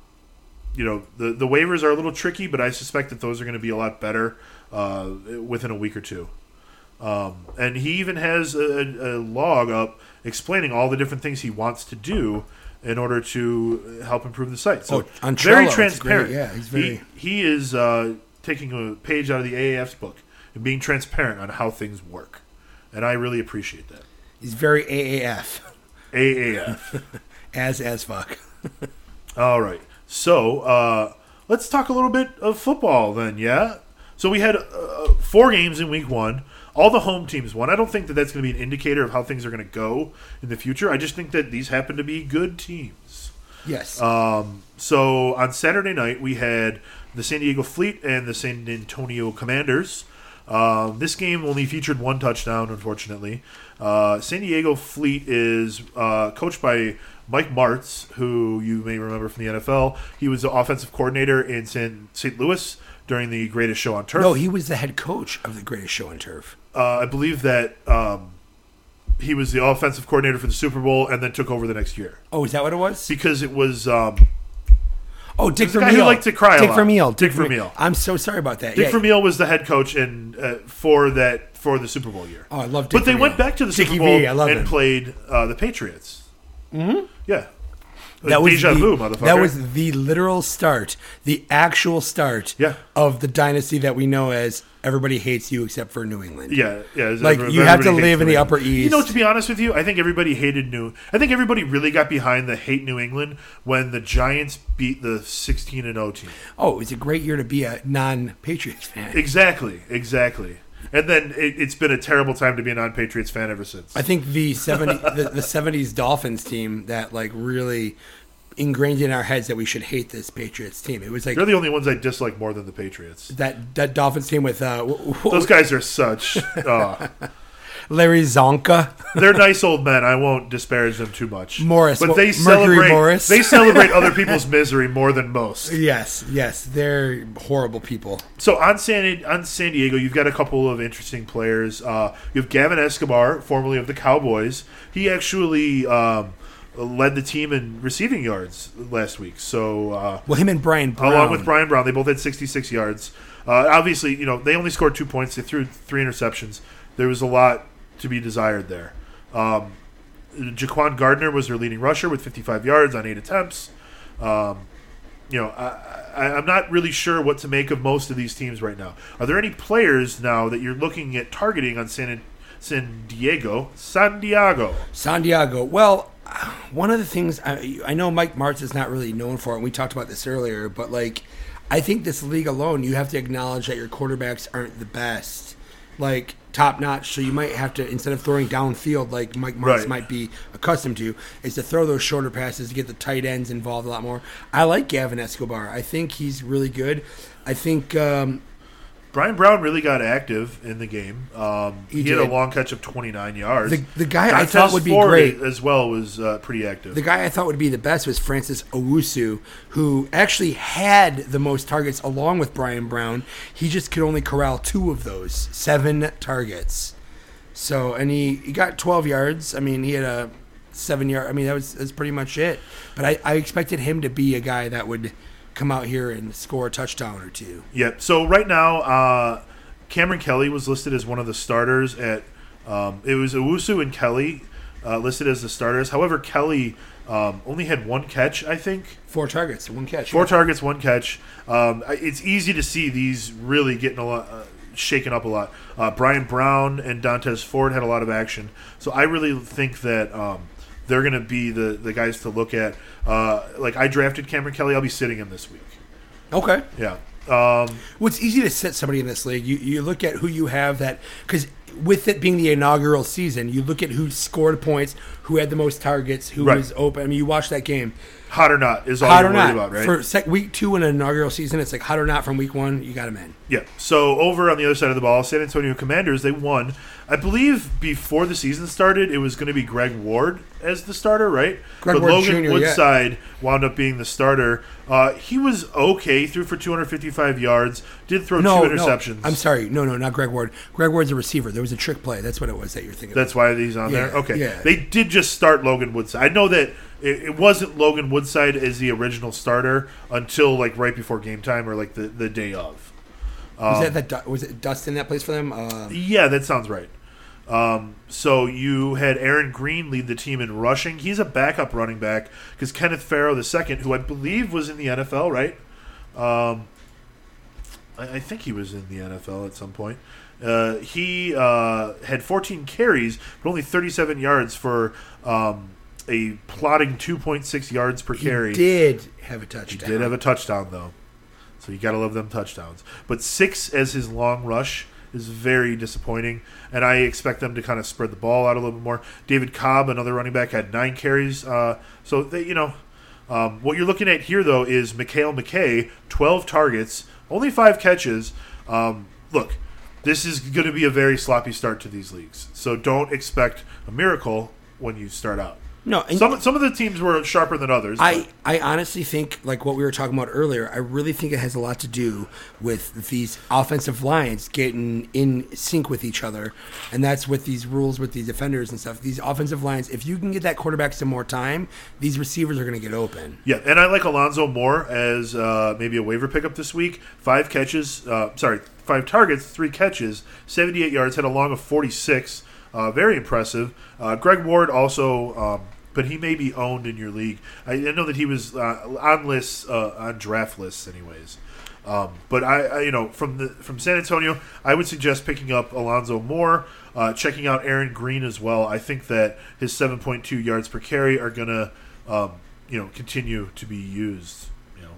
you know, the the waivers are a little tricky, but I suspect that those are going to be a lot better uh, within a week or two. Um, and he even has a, a a log up explaining all the different things he wants to do in order to help improve the site. So Oh, on Trello, very it's transparent. great. Yeah, he's He- very- he is uh, taking a page out of the AAF's book and being transparent on how things work, and I really appreciate that. He's very AAF AAF. as as fuck. All right. So uh, let's talk a little bit of football then, yeah? So we had uh, four games in week one. All the home teams won. I don't think that that's going to be an indicator of how things are going to go in the future. I just think that these happen to be good teams. Yes. Um, so on Saturday night, we had the San Diego Fleet and the San Antonio Commanders. Um, this game only featured one touchdown, unfortunately. Uh, San Diego Fleet is uh, coached by Mike Martz, who you may remember from the NFL. He was the offensive coordinator in San St. Louis during the Greatest Show on Turf. no, he was the head coach of the greatest show on turf. uh, I believe that um, he was the offensive coordinator for the Super Bowl and then took over the next year Oh, is that what it was? because it was. Um, Oh, Dick He's the guy who Vermeil. liked to cry a Dick lot. Vermeil. Dick Vermeil. I'm so sorry about that. Dick yeah. Vermeil was the head coach and uh, for that for the Super Bowl year. Oh, I love Dick But they went Vermeil. back to the Dickie Super Bowl V, I love and him. played uh, the Patriots. Mm-hmm. Yeah, that was deja the, vu, motherfucker. That was the literal start, the actual start Yeah. of the dynasty that we know as everybody hates you except for New England. yeah, yeah. Like, everybody- you have to everybody live hates in the New Upper England. You know, East. to be honest with you, I think everybody hated New. I think everybody really got behind the hate New England when the Giants beat the sixteen and zero team. Oh, it's a great year to be a non-Patriots fan. Exactly, exactly. And then it, it's been a terrible time to be a non-Patriots fan ever since. I think the 70, the, the 70s Dolphins team that like really ingrained in our heads that we should hate this Patriots team. It was like They're the only ones I dislike more than the Patriots. that that Dolphins team with uh, w- w- Those guys are such. Uh, Larry Zonka. they're nice old men. I won't disparage them too much. Morris, but Mo- they Mercury celebrate. Morris. They celebrate other people's misery more than most. yes, yes, they're horrible people. So on San on San Diego, you've got a couple of interesting players. Uh, you have Gavin Escobar, formerly of the Cowboys. He actually um, led the team in receiving yards last week. So uh, Well, him and Brian Brown. along with Brian Brown. They both had 66 yards. Uh, obviously, you know they only scored two points. They threw three interceptions. There was a lot to be desired there. Um, Jaquan Gardner was their leading rusher with 55 yards on eight attempts. Um, you know, I, I, I'm not really sure what to make of most of these teams right now. Are there any players now that you're looking at targeting on San San Diego? San Diego. San Diego. Well, one of the things I, I know Mike Martz is not really known for, and we talked about this earlier, but like I think this league alone, you have to acknowledge that your quarterbacks aren't the best, like top notch. So you might have to instead of throwing downfield like Mike Martz Right. might be accustomed to, is to throw those shorter passes to get the tight ends involved a lot more. I like Gavin Escobar. I think he's really good. I think um, Brian Brown really got active in the game. Um, he He had a did. long catch of 29 yards. The- the guy I thought would be Ford great- as well was uh, pretty active. The guy I thought would be the best was Francis Owusu, who actually had the most targets along with Brian Brown. He just could only corral two of those, seven targets. So, and he, he got 12 yards. I mean, he had a seven yard. I mean, that was that's pretty much it. But I, I expected him to be a guy that would come out here and score a touchdown or two. yep. So right now, uh, Cameron Kelly was listed as one of the starters at. Um, it was Owusu and Kelly uh, listed as the starters. However, Kelly um, only had one catch, I think. Four targets, one catch. Four targets, one catch. Um, I- it's easy to see these really getting a lot, uh, shaken up a lot. Uh, Brian Brown and Dantes Ford had a lot of action, so I really think that um, they're going to be the the guys to look at. Uh, like I drafted Cameron Kelly, I'll be sitting him this week. Okay. Yeah. Um, Well, it's easy to sit somebody in this league. You, you look at who you have that because with it being the inaugural season, you look at who scored points, who had the most targets, who Right. was open. I mean, you watch that game. hot or not is all Hot you're or worried not about, right? for sec- week two in an inaugural season, it's like hot or not from week one. You got him in. Yeah. So over on the other side of the ball, San Antonio Commanders, they won. I believe before the season started, it was going to be Greg Ward as the starter, right? Greg but Ward Logan Jr., yeah. Woodside wound up being the starter. Uh, he was okay, threw for 255 yards, did throw No, two interceptions. no, I'm sorry, no, no, not Greg Ward. Greg Ward's a receiver. There was a trick play. That's what it was that you're thinking. That's why he's on Yeah, there. Okay. yeah. They did just start Logan Woodside. I know that it, it wasn't Logan Woodside as the original starter until like right before game time or like the, the day of. about. Oh. was that that Du- was it Dustin that plays for them? Uh, Yeah, that sounds right. Um, so you had Aaron Green lead the team in rushing. He's a backup running back because Kenneth Farrow II, who I believe was in the NFL, right? Um, I, I think he was in the NFL at some point. Uh, he uh, had 14 carries, but only 37 yards for um, a plotting 2.6 yards per carry. Did have a touchdown. Did have a touchdown though, so you got to love them touchdowns. But six as his long rush is very disappointing, and I expect them to kind of spread the ball out a little bit more. David Cobb, another running back, had nine carries. Uh, so they, you know, um, what you're looking at here though is Mikhail McKay, twelve targets, only five catches. Um, look. This is going to be a very sloppy start to these leagues, so don't expect a miracle when you start out. no, and Some some of the teams were sharper than others. I, I honestly think like what we were talking about earlier, I really think it has a lot to do with these offensive lines getting in sync with each other. And that's with these rules with these defenders and stuff. These offensive lines, if you can get that quarterback some more time, these receivers are gonna get open. Yeah, and I like Alonzo Moore as uh, maybe a waiver pickup this week. Five catches, uh, sorry, five targets, three catches, 78 yards, had a long of 46. Uh, very impressive. Uh, Greg Ward also, um, but he may be owned in your league. I, I know that he was uh, on lists, uh, on draft lists, anyways. Um, but I, I, you know, from the from San Antonio, I would suggest picking up Alonzo Moore, uh, checking out Aaron Green as well. I think that his 7.2 yards per carry are gonna, um, you know, continue to be used. You know,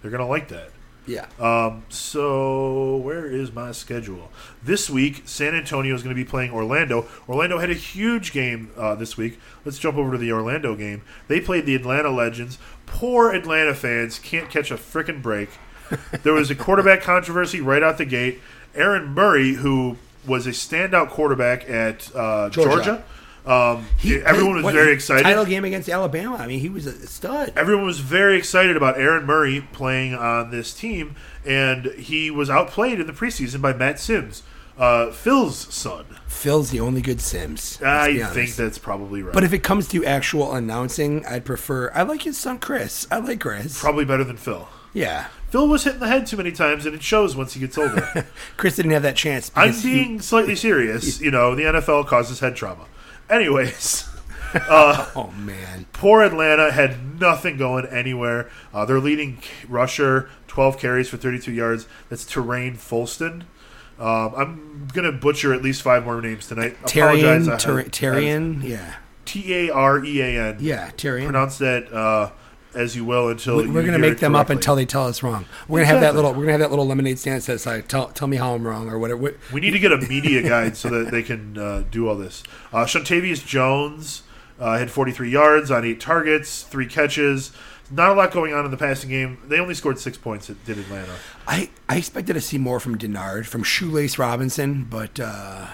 they're gonna like that. Yeah. Um, so where is my schedule this week? San Antonio is going to be playing Orlando. Orlando had a huge game uh, this week. Let's jump over to the Orlando game. They played the Atlanta Legends. Poor Atlanta fans can't catch a frickin' break. There was a quarterback controversy right out the gate. Aaron Murray, who was a standout quarterback at uh, Georgia, Georgia. um, everyone was What- very excited. Title game against Alabama. I mean, he was a stud. everyone was very excited about Aaron Murray playing on this team, and he was outplayed in the preseason by Matt Sims, uh, Phil's son. Phil's the only good Sims. let's be I honest. think that's probably right. But if it comes to actual announcing, I'd prefer. I like his son Chris. I like Chris. probably better than Phil. yeah, Phil was hitting the head too many times, and it shows once he gets older. Chris didn't have that chance. I'm because he- being slightly serious. You know, the NFL causes head trauma. Anyways. oh man, poor Atlanta had nothing going anywhere. Uh, their leading c- rusher, 12 carries for 32 yards. That's Terrain Folston. Um, I'm gonna butcher at least five more names tonight. Tyrion, Apologize, I Tyr- had- Tyrion, yeah, T A R E A N. yeah, Tyrion. Pronounce that uh, as you will until We're you gonna hear make it them up correctly. until they tell us wrong. We're gonna have that Exactly. little. We're gonna have that little lemonade stand that says, like, "Tell, tell me how I'm wrong" or whatever. What- We need to get a media guide so that they can uh, do all this. Uh, Shantavius Jones uh, had 43 yards on eight targets, three catches. Not a lot going on in the passing game. They only scored six points. It did Atlanta. I I expected to see more from Denard, from Shoelace Robinson, but uh,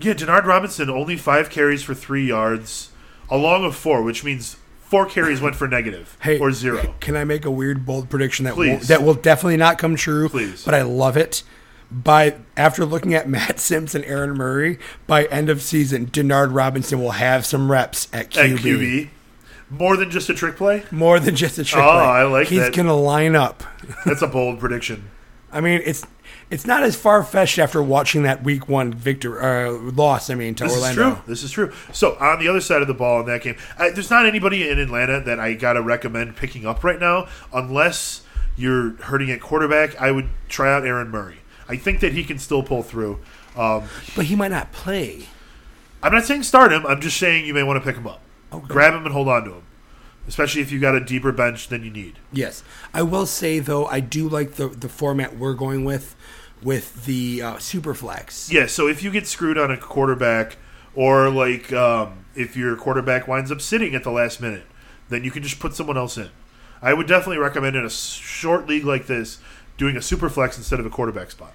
Yeah, Denard Robinson only five carries for three yards, a long of four, which means four carries went for negative hey, or zero. Can I make a weird bold prediction that will Please. that will definitely not come true? Please. But I love it. By after looking at Matt Sims and Aaron Murray, by end of season, Denard Robinson will have some reps at QB. At QB, more than just a trick play. More than just a trick. Oh, play. I like He's that. gonna line up. That's a bold prediction. I mean, it's it's not as far fetched after watching that Week One victor uh, loss. I mean, to This Orlando. is true. This is true. So on the other side of the ball in that game, I, there's not anybody in Atlanta that I gotta recommend picking up right now, unless you're hurting at quarterback. I would try out Aaron Murray. I think that he can still pull through. Um, But he might not play. I'm not saying start him. I'm just saying you may want to pick him up, grab him and hold on to him, especially if you got a deeper bench than you need. Yes, I will say though, I do like the the format we're going with with the uh, super flex. Yeah, so if you get screwed on a quarterback, or like um, if your quarterback winds up sitting at the last minute, then you can just put someone else in. I would definitely recommend in a s- short league like this doing a super flex instead of a quarterback spot.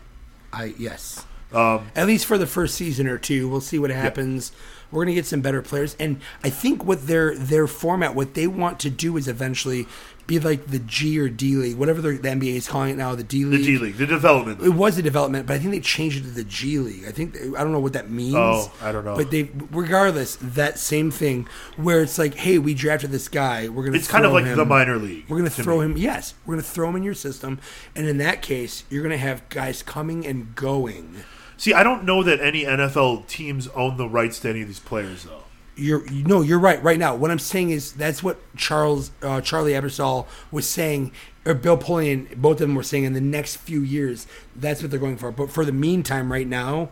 I yes. Um, At least for the first season or two, we'll see what happens. We're going to get some better players, and I think what their their format, what they want to do, is eventually be like the G or D league, whatever the, the NBA is calling it now, the D The league. D league, the development. It was a development, but I think they changed it to the G League. I think I don't know what that means. Oh, I don't know. But they, regardless, that same thing where it's like, hey, we drafted this guy. We're gonna. It's kind of throw like him- the minor league. We're gonna to throw me. him. Yes, we're gonna throw him in your system, and in that case, you're gonna have guys coming and going. See, I don't know that any NFL teams own the rights to any of these players, though. You're you, no, you're right. Right now, what I'm saying is that's what Charles uh, Charlie Ebersol was saying, or Bill Polian, both of them were saying in the next few years. That's what they're going for. But for the meantime, right now,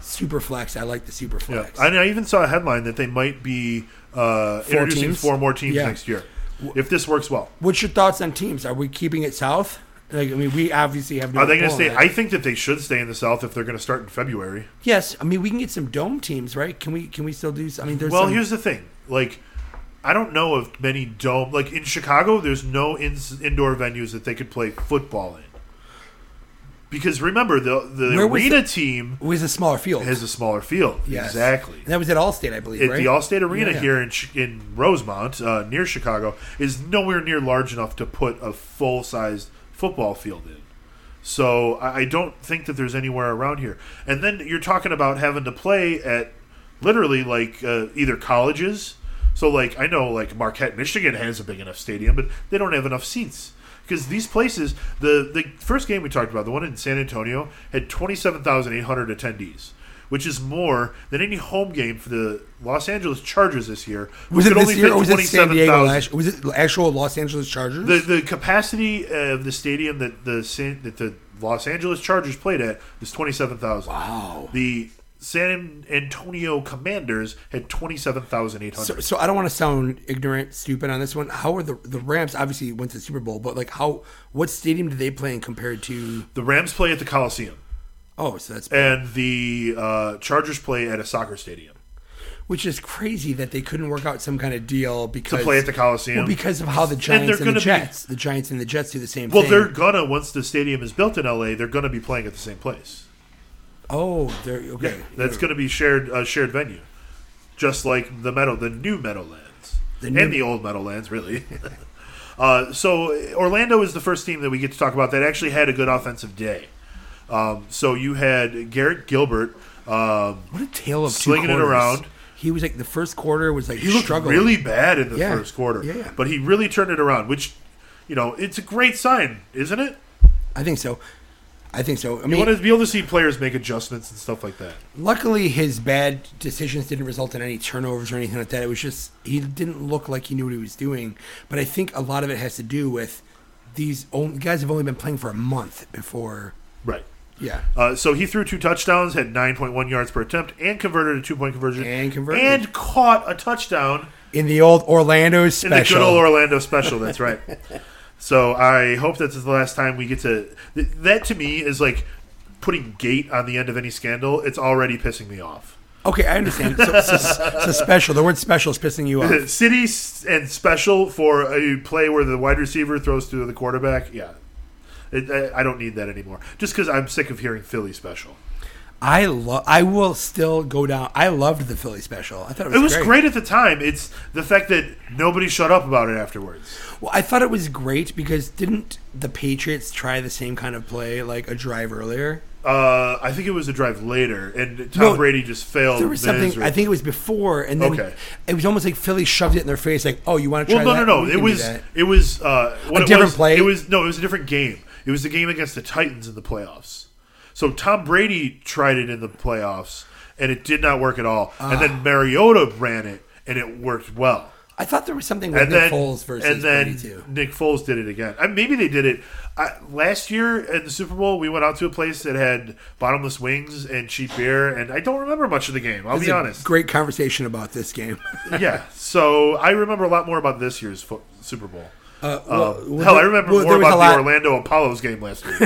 super flex. I like the super Yeah. flex. And I even saw a headline that they might be uh, introducing teams? four more teams Yeah. next year if this works well. What's your thoughts on teams? Are we keeping it south? Like, I mean, we obviously have. No Are they going to pull stay? on that. I think that they should stay in the South if they're going to start in February. yes, I mean we can get some dome teams, right? Can we? Can we still do? s- I mean, there's Well, some- here's the thing. Like, I don't know of many dome. Like in Chicago, there's no in- indoor venues that they could play football in. Because remember, the the Where was arena the- team it was a smaller field. has a smaller field. Yes. Exactly. And that was at Allstate, I believe. At right? the Allstate Arena Yeah. here in Chi- in Rosemont, uh, near Chicago, is nowhere near large enough to put a full sized football field in. So I, I don't think that there's anywhere around here. And then you're talking about having to play at literally like uh, either colleges. So like I know like Marquette, Michigan has a big enough stadium, but they don't have enough seats. Because these places, the the first game we talked about, the one in San Antonio, had twenty seven thousand eight hundred attendees, which is more than any home game for the Los Angeles Chargers this year. who Was it could this year or was it San Diego 27,000. last? Was it actual Los Angeles Chargers? The the capacity of the stadium that the San, that the Los Angeles Chargers played at is twenty seven thousand. Wow. The San Antonio Commanders had twenty seven thousand eight So, hundred. so I don't want to sound ignorant, stupid on this one. How are the the Rams? Obviously, went to the Super Bowl, but like, how what stadium did they play in compared to? the Rams play at the Coliseum, Oh, so that's and the uh, Chargers play at a soccer stadium. which is crazy that they couldn't work out some kind of deal because play at the Coliseum. Well, because of how the they're Giants and, gonna the be- Jets, the Giants and the Jets do the same Well, thing. they're gonna once the stadium is built in LA, they're gonna be playing at the same place. oh, they're okay. That's gonna be shared uh, shared venue, just like the meadow, the new Meadowlands, The new- and the old Meadowlands, really. uh, so Orlando is the first team that we get to talk about that actually had a good offensive day. Um, so you had Garrett Gilbert. Um, what a tale of two slinging it quarters. around. He was like the first quarter was like he looked struggling. really bad in the Yeah. first quarter, Yeah. but he really turned it around, which you know it's a great sign, isn't it? I think so. I think so. I You mean, want to be able to see players make adjustments and stuff like that. Luckily, his bad decisions didn't result in any turnovers or anything like that. It was just he didn't look like he knew what he was doing. But I think a lot of it has to do with these on- guys have only been playing for a month before. Right. Yeah, Uh, so he threw two touchdowns, had 9.1 yards per attempt, and converted a two point conversion. And converted. And caught a touchdown in the old Orlando in special. the good old Orlando special. That's right. so I hope that's the last time we get to. Th- that to me is like putting gate on the end of any scandal. It's already pissing me off. okay, I understand. So, so, so special. The word special is pissing you off. City s- and special for a play where the wide receiver throws to the quarterback. Yeah. It, I, I don't need that anymore. Just because I'm sick of hearing Philly special. I love. I will still go down. I loved the Philly special. I thought it was, It was great at the time. It's the fact that nobody shut up about it afterwards. Well, I thought it was great because didn't the Patriots try the same kind of play like a drive earlier? Uh, I think it was a drive later, and Tom No, Brady just failed. There was something. miserably. I think it was before, and then Oh, Okay. it was almost like Philly shoved it in their face, like, "Oh, you want to try?" Well, no, that? no, We no. It can do was. that." It was uh, what it different was- play? It was no. It was a different game. It was the game against the Titans in the playoffs. So Tom Brady tried it in the playoffs, and it did not work at all. Ah. and then Mariota ran it, and it worked well. I thought there was something with And Nick then, Foles versus and then Brady too. Nick Foles did it again. I, maybe they did it I, last year at the Super Bowl. We went out to a place that had bottomless wings and cheap beer, and I don't remember much of the game. I'll It's be a honest. Great conversation about this game. yeah, so I remember a lot more about this year's fo- Super Bowl. well, Um, Uh, well, hell, I there- remember well, more there was a about lot- the Orlando Apollos game last week.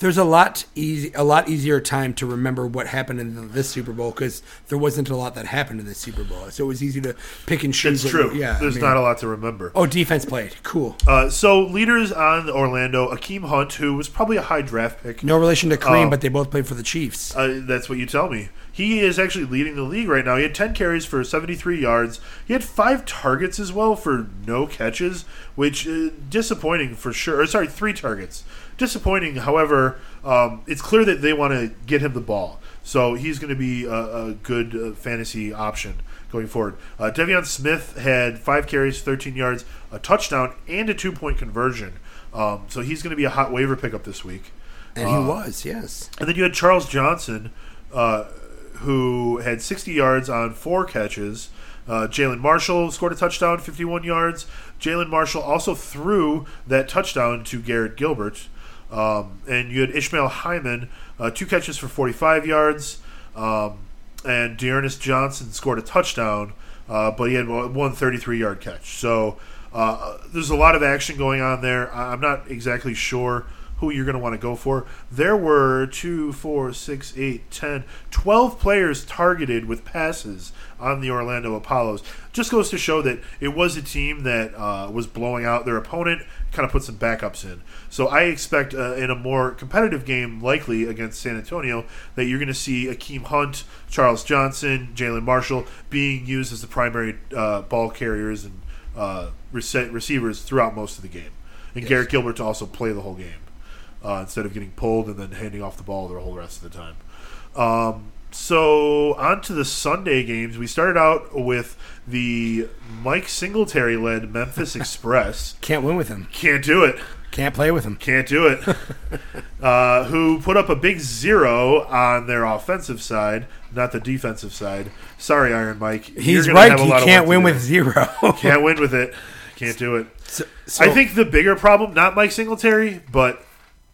There's a lot easy, a lot easier time to remember what happened in this Super Bowl because there wasn't a lot that happened in this Super Bowl, so it was easy to pick and choose. it's what- true. Yeah, I There's mean- not a lot to remember. Oh, defense played. Cool. Uh, so leaders on Orlando, Akeem Hunt, who was probably a high draft pick. No relation to Kareem, uh, but they both played for the Chiefs. Uh, that's what you tell me. He is actually leading the league right now. He had 10 carries for 73 yards. He had five targets as well for no catches, which uh, disappointing for sure. Or sorry, three targets. Disappointing. However, um, it's clear that they want to get him the ball, so he's going to be a, a good uh, fantasy option going forward. Uh, Devion Smith had five carries, 13 yards, a touchdown, and a two-point conversion. Um, so he's going to be a hot waiver pickup this week. and uh, he was, yes. And then you had Charles Johnson, uh, who had 60 yards on four catches. Uh, Jalen Marshall scored a touchdown, 51 yards. Jalen Marshall also threw that touchdown to Garrett Gilbert. Um, and you had Ishmael Hyman, uh, two catches for 45 yards. Um, and Dearness Johnson scored a touchdown, uh, but he had one one 33 yard catch. So uh, there's a lot of action going on there. I- I'm not exactly sure who you're going to want to go for. There were two, four, six, eight, 10, 12 players targeted with passes on the Orlando Apollos. Just goes to show that it was a team that uh, was blowing out their opponent, kind of put some backups in. So I expect uh, in a more competitive game, likely against San Antonio, that you're going to see Akeem Hunt, Charles Johnson, Jalen Marshall being used as the primary uh, ball carriers and uh, rece- receivers throughout most of the game. And Garrett Gilbert to also play the whole game uh, instead of getting pulled and then handing off the ball the whole rest of the time. Um, so on to the Sunday games. We started out with the Mike Singletary led Memphis Express. Can't win with him. Can't do it. Can't play with him. Can't do it. uh, who put up a big zero on their offensive side, not the defensive side. Sorry, Iron Mike. He's You're gonna right. have a He lot of can't work win to do. with zero. Can't win with it. Can't do it. So- so- I think the bigger problem, not Mike Singletary, but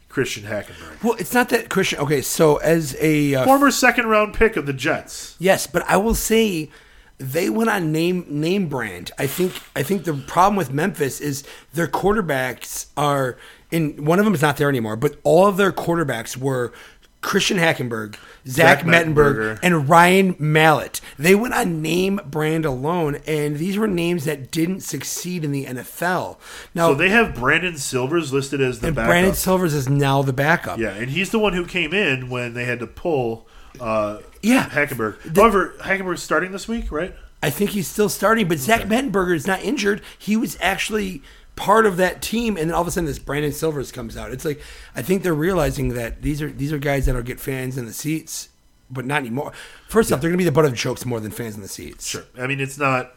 Christian Hackenberg, Well, it's not that Christian. Okay, so as a uh, former second round pick of the Jets. Yes, but I will say they went on name name brand. I think I think the problem with Memphis is their quarterbacks are in one of them is not there anymore, but all of their quarterbacks were Christian Hackenberg, Zach, Zach Mettenberg, Mettenberger. and Ryan Mallett. They went on name brand alone, and these were names that didn't succeed in the NFL. Now So they have Brandon Silvers listed as the and backup. Brandon Silvers is now the backup. yeah, and he's the one who came in when they had to pull uh, Yeah. Hackenberg. However, Hackenberg's starting this week, right? I think he's still starting, but Zach Mettenberger is not injured. He was actually part of that team, and then all of a sudden this Brandon Silvers comes out. It's like I think they're realizing that these are these are guys that'll get fans in the seats, but not anymore. First off, they're gonna be the butt of jokes more than fans in the seats. Sure. I mean, it's not.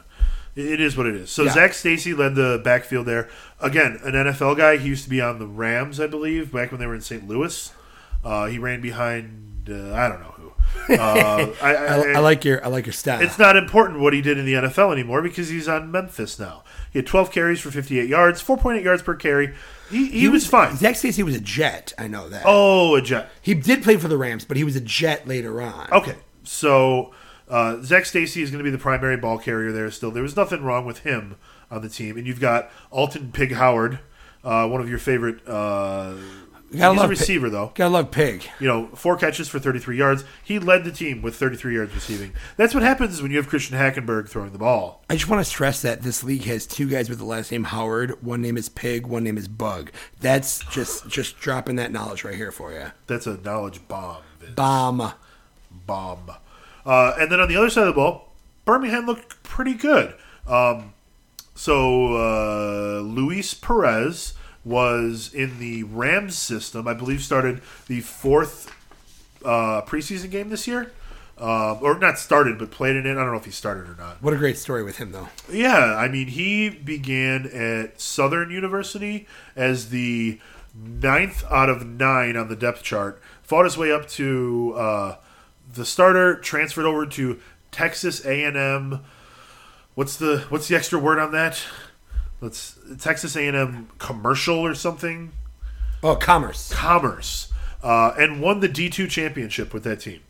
It is what it is. So Yeah. Zach Stacy led the backfield there. Again, an NFL guy. He used to be on the Rams, I believe, back when they were in St. Louis. Uh, he ran behind uh, I don't know who. Uh, I, I, I like your I like your style. It's not important what he did in the NFL anymore because he's on Memphis now. He had 12 carries for 58 yards, 4.8 yards per carry. He, he, was, fine. Zach Stacy was a Jet. I know that. oh, a jet. He did play for the Rams, but he was a Jet later on. Okay, so uh, Zach Stacy is going to be the primary ball carrier there. Still, there was nothing wrong with him on the team, and you've got Alton Pig Howard, uh, one of your favorite. Uh, he's love a Pig. receiver though. Gotta love Pig. You know, four catches for 33 yards. He led the team with 33 yards receiving. That's what happens when you have Christian Hackenberg throwing the ball. I just want to stress that this league has two guys with the last name Howard. One name is Pig. One name is Bug. That's just just dropping that knowledge right here for Um, you. That's a knowledge bomb. Vince. Bomb. bomb. Uh, and then on the other side of the ball, Birmingham looked pretty good. Um, so uh, Luis Perez was in the Rams system, I believe, started the fourth uh, preseason game this year. Um, or not started, but played in it. I don't know if he started or not. What a great story with him though. Yeah, I mean, he began at Southern University as the ninth out of nine on the depth chart. Fought his way up to uh, the starter, transferred over to Texas A and M. What's the what's the extra word on that? Let's Texas A and M commercial or something. Oh, Commerce. Commerce, uh, and won the D2 championship with that team.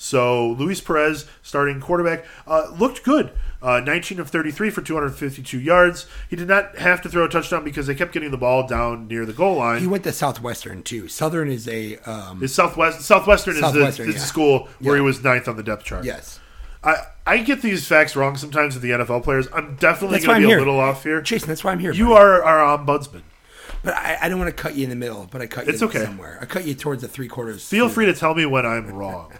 So Luis Perez, starting quarterback, uh, looked good. Uh, 19 of 33 for 252 yards. He did not have to throw a touchdown because they kept getting the ball down near the goal line. He went to Southwestern too. Southern is a um, His Southwest Southwestern is the, Southwestern, is the yeah. school where Yeah. he was ninth on the depth chart. yes. I, I get these facts wrong sometimes with the NFL players. I'm definitely That's why going I'm to be here, a little off here. Jason, that's why I'm here. You buddy. are our ombudsman. but I, I don't want to cut you in the middle. But I cut you It's okay. somewhere. I cut you towards the three quarters. Feel free to tell me when I'm wrong.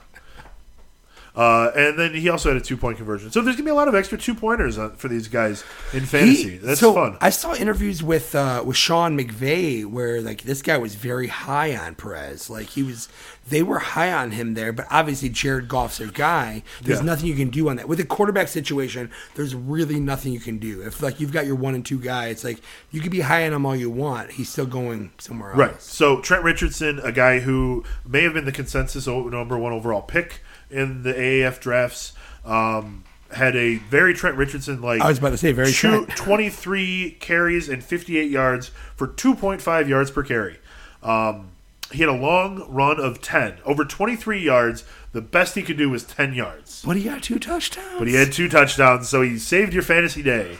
Uh, and then he also had a two point conversion. So there's going to be a lot of extra two pointers on, for these guys in fantasy. He- That's so fun. I saw interviews with uh, with Sean McVay where like this guy was very high on Perez. Like he was, they were high on him there. But obviously Jared Goff's their guy. There's Yeah. nothing you can do on that with the quarterback situation. There's really nothing you can do if like you've got your one and two guy. It's like you could be high on him all you want. He's still going somewhere else. right. So Trent Richardson, a guy who may have been the consensus o- number one overall pick in the AAF drafts, um, had a very Trent Richardson like. I was about to say very two, short. 23 carries and 58 yards for 2.5 yards per carry. Um, he had a long run of 10, over 23 yards. The best he could do was 10 yards. But he got two touchdowns. But he had two touchdowns, so he saved your fantasy day.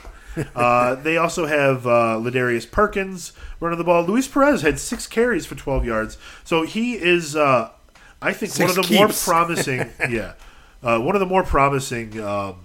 Uh, they also have uh, Ladarius Perkins running the ball. Luis Perez had six carries for 12 yards, so he is, uh, I think, one Six of the more keeps. promising. yeah, uh, one of the more promising. Um,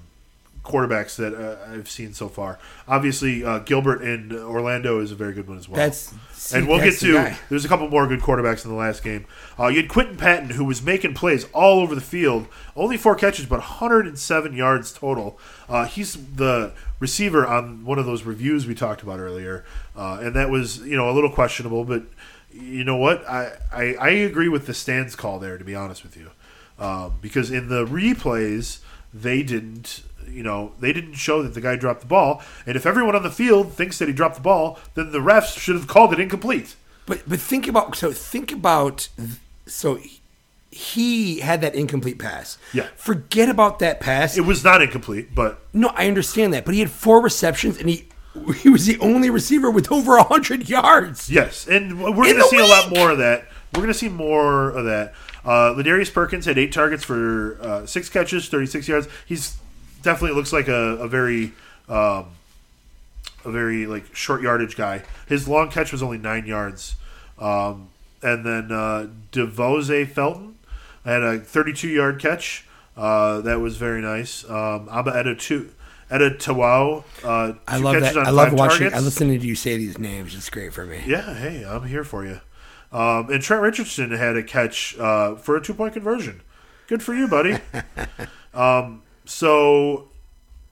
Quarterbacks that uh, I've seen so far. Obviously, uh, Gilbert in Orlando is a very good one as well. That's- see, and we'll that's get the to guy. there's a couple more good quarterbacks in the last game. Uh, you had Quentin Patton, who was making plays all over the field. Only four catches, but 107 yards total. Uh, he's the receiver on one of those reviews we talked about earlier, uh, and that was you know a little questionable. But you know what? I I, I agree with the stands call there. To be honest with you, um, because in the replays they didn't. You know, they didn't show that the guy dropped the ball, and if everyone on the field thinks that he dropped the ball, then the refs should have called it incomplete. But but think about so think about so he had that incomplete pass. Yeah. Forget about that pass. It was not incomplete, but no, I understand that, but he had four receptions and he he was the only receiver with over hundred yards. yes, and we're In going to the see a lot week! more of that. We're going to see more of that. Uh, Ladarius Perkins had eight targets for uh, six catches, thirty-six yards. He's definitely looks like a, a very, um, a very like short yardage guy. His long catch was only nine yards, um, and then uh, Devose Felton had a thirty-two yard catch. Uh, that was very nice. Um, Abba Eda two. Eda Tawau, uh, two I love catches that. on I love five watching. targets. I listening to you say these names. It's great for me. Yeah, hey, I'm here for you. Um, and Trent Richardson had a catch uh, for a two point conversion. Good for you, buddy. um, so,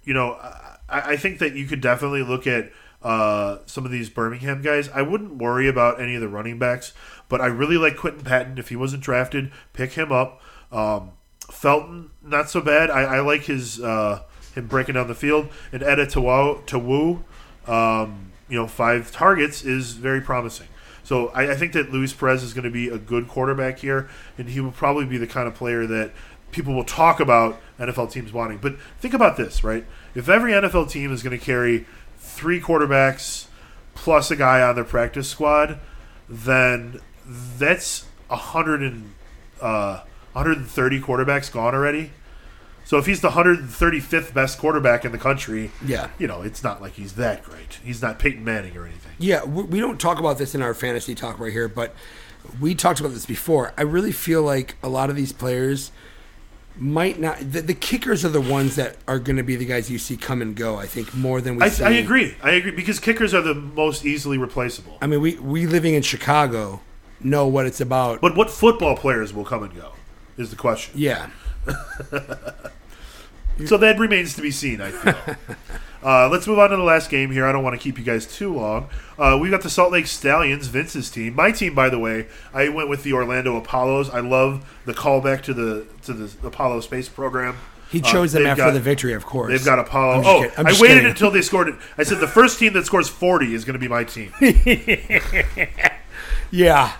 you know, I, I think that you could definitely look at uh, some of these Birmingham guys. I wouldn't worry about any of the running backs, but I really like Quentin Patton. If he wasn't drafted, pick him up. Um, Felton, not so bad. I, I like his uh, him breaking down the field. And Eda Tawu, Tawu um, you know, five targets is very promising. So I, I think that Luis Perez is going to be a good quarterback here, and he will probably be the kind of player that people will talk about NFL teams wanting. But think about this, right? If every NFL team is going to carry three quarterbacks plus a guy on their practice squad, then that's a hundred and uh, 130 quarterbacks gone already. So if he's the 135th best quarterback in the country, Yeah. you know, it's not like he's that great. He's not Peyton Manning or anything. Yeah, we we don't talk about this in our fantasy talk right here, but we talked about this before. I really feel like a lot of these players might not. The, the kickers are the ones that are going to be the guys you see come and go. I think more than we. I, see. I agree. I agree because kickers are the most easily replaceable. I mean, we we living in Chicago know what it's about. But what football players will come and go is the question. yeah, So that remains to be seen, I feel. uh, let's move on to the last game here. I don't want to keep you guys too long. Uh, we got the Salt Lake Stallions, Vince's team. My team, by the way, I went with the Orlando Apollos. I love the callback to the to the Apollo space program. he Uh, chose them they've after got- the victory, of course. They've got Apollo. I'm just Oh, kid- I'm I just waited kidding. until they scored it. I said the first team that scores 40 is going to be my team. yeah.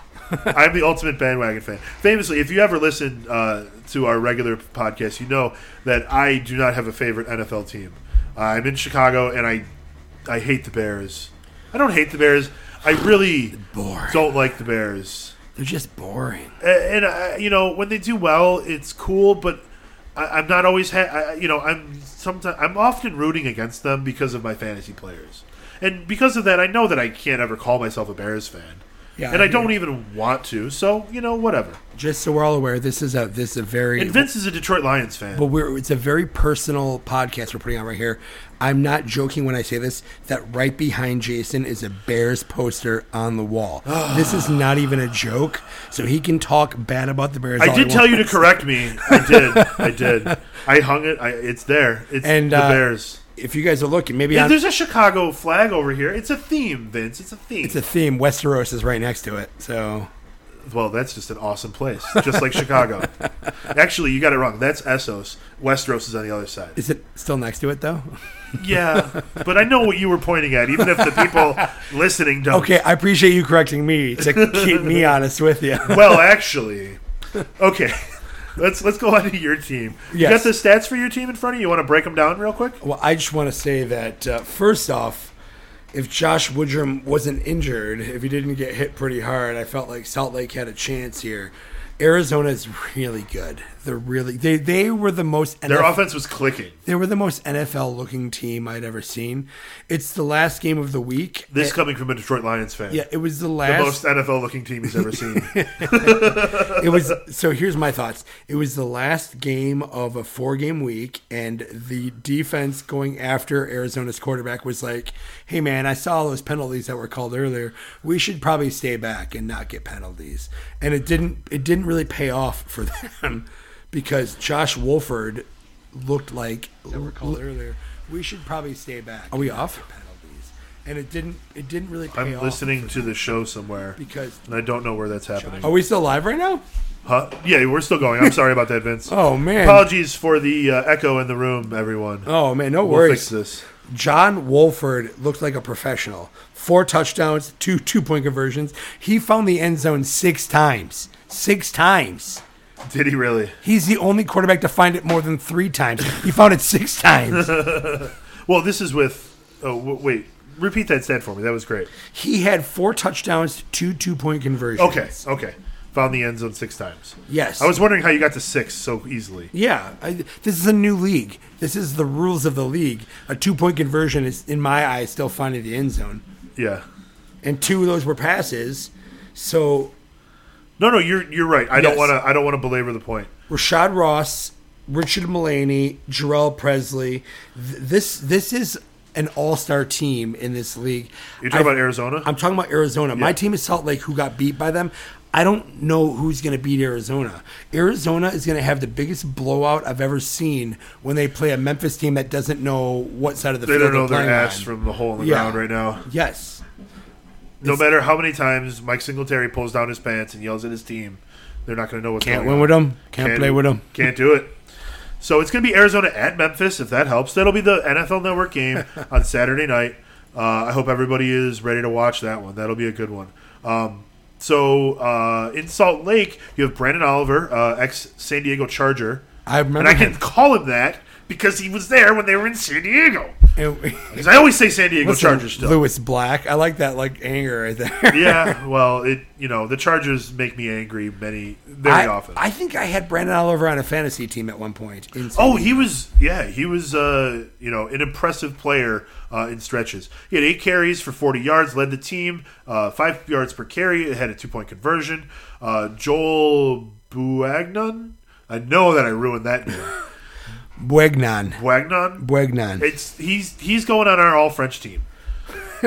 I'm the ultimate bandwagon fan. Famously, if you ever listen uh, to our regular podcast, you know that I do not have a favorite NFL team. Uh, I'm in Chicago, and I I hate the Bears. I don't hate the Bears. I really Boring. don't like the Bears. They're just boring. A- And, uh, you know, when they do well, it's cool, but. I- I'm not always, ha- I- you know, I'm sometimes I'm often rooting against them because of my fantasy players, and because of that, I know that I can't ever call myself a Bears fan, Yeah, and I I don't even want to. So you know, whatever. Just so we're all aware, this is a this is a very And Vince is a Detroit Lions fan. But we're it's a very personal podcast we're putting on right here. I'm not joking when I say this. That right behind Jason is a Bears poster on the wall. this is not even a joke. So he can talk bad about the Bears. I all he did tell you to wants. correct me. I did. I did. I hung it. I, it's there. It's And, the uh, Bears. If you guys are looking, maybe Yeah, on, there's a Chicago flag over here. It's a theme, Vince. It's a theme. it's a theme. Westeros is right next to it. So well, that's just an awesome place, just like Chicago. Actually, you got it wrong. That's Essos. Westeros is on the other side. is it still next to it though? yeah, but I know what you were pointing at, even if the people listening don't. Okay, I appreciate you correcting me to keep me honest with you. Well, actually, okay. Let's let's go on to your team. You got Yes. the stats for your team in front of you. You want to break them down real quick? Well, I just want to say that uh, first off, if Josh Woodrum wasn't injured, if he didn't get hit pretty hard, I felt like Salt Lake had a chance here. Arizona's really good. They're really they they were the most Their NFL offense was clicking. they were the most NFL looking team I'd ever seen. It's the last game of the week. This It- coming from a Detroit Lions fan. yeah, it was the the last most NFL looking team he's ever seen. it was so here's my thoughts it was the last game of a four game week and the defense going after arizona's quarterback was like hey man i saw all those penalties that were called earlier we should probably stay back and not get penalties and it didn't it didn't really pay off for them because josh wolford looked like that were called earlier we should probably stay back are we off penalties and it didn't it didn't really pay I'm off listening to the show somewhere because and I don't know where that's happening. are we still live right now Huh? Yeah, we're still going. I'm sorry about that, Vince. oh man Apologies for the uh, echo in the room, everyone. Oh man, no we'll fix worries. this. John Wolford looked like a professional. Four touchdowns, two two point conversions. He found the end zone six times. Six times. Did he really? He's the only quarterback to find it more than three times. He found it six times. Well, this is with. Oh w- wait, repeat that stat for me. That was great. He had four touchdowns, two two point conversions. Okay, okay. Found the end zone six times. Yes. I was wondering how you got to six so easily. Yeah, I, this is a new league. This is the rules of the league. A two point conversion is, in my eyes, still finding the end zone, Yeah. and two of those were passes. So No, no, you're you're right. I don't Yes. want to. I don't want to belabor the point. Rashad Ross, Richard Mullaney, Jarrell Presley. Th- this this is an all star team in this league. You're talking I- about Arizona. I'm talking about Arizona. My Yeah. team is Salt Lake, who got beat by them. I don't know who's going to beat Arizona. Arizona is going to have the biggest blowout I've ever seen when they play a Memphis team that doesn't know what side of the they don't field they're know their playing ass on. from the hole in the Yeah. ground right now. Yes, No matter how many times Mike Singletary pulls down his pants and yells at his team, they're not going to know what's going can't win on. with them. Can't, play with them. Can't do it. So it's going to be Arizona at Memphis, if that helps. That'll be the NFL Network game on Saturday night. Uh, I hope everybody is ready to watch that one. That'll be a good one. Um, so uh, in Salt Lake, you have Brandon Oliver, uh, ex San Diego Charger. I remember and I can him. call him that because he was there when they were in San Diego. And- Because I always say San Diego Listen, Chargers still. Lewis Black. I like that like anger right there. yeah, well, it you know the Chargers make me angry many very I, often. I think I had Brandon Oliver on a fantasy team at one point. In Oh, he was yeah, he was uh, you know an impressive player uh, in stretches. He had eight carries for forty yards, led the team uh, five yards per carry, had a two point conversion. Uh, Joel Buagnon, I know that I ruined that name. Buegnan. Buagnon, Buegnan. it's he's he's going on our all French team.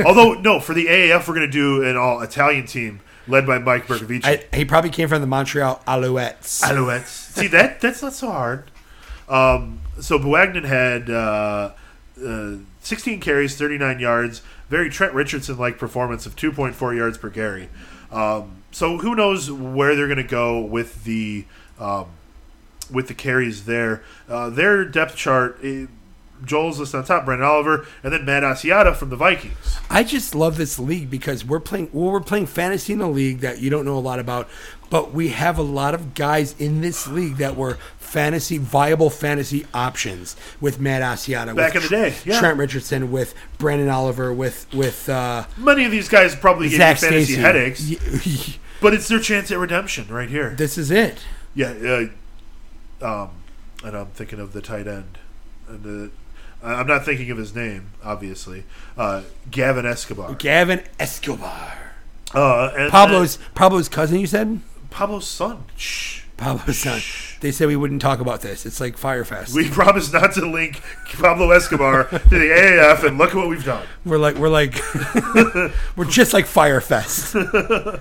Although no, for the AAF we're going to do an all Italian team led by Mike Bercovici. I, he probably came from the Montreal Alouettes. Alouettes. See that that's not so hard. Um, so Buagnan had uh, uh, 16 carries, 39 yards, very Trent Richardson like performance of 2.4 yards per carry. Um, so who knows where they're going to go with the um, with the carries there. Uh, their depth chart. eh, Joel's list on top, Brandon Oliver, and then Matt Asiata from the Vikings. I just love this league because we're playing. Well, we're playing fantasy in a league that you don't know a lot about, but we have a lot of guys in this league that were fantasy viable fantasy options with Matt Asiata Back with in the day, yeah. Trent Richardson, with Brandon Oliver, with with uh, Many of these guys probably get Zach fantasy Stacy. headaches, Y- but it's their chance at redemption right here. this is it. Yeah, uh, um, and I'm thinking of the tight end, and uh, I- I'm not thinking of his name, obviously. Uh, Gavin Escobar, Gavin Escobar. uh, and Pablo's Pablo's cousin. You said then Pablo's son. Shh. Pablo's son. Shh. They said we wouldn't talk about this. It's like Firefest. We promised not to link Pablo Escobar to the AAF, and look at what we've done. we're like we're like we're just like Firefest.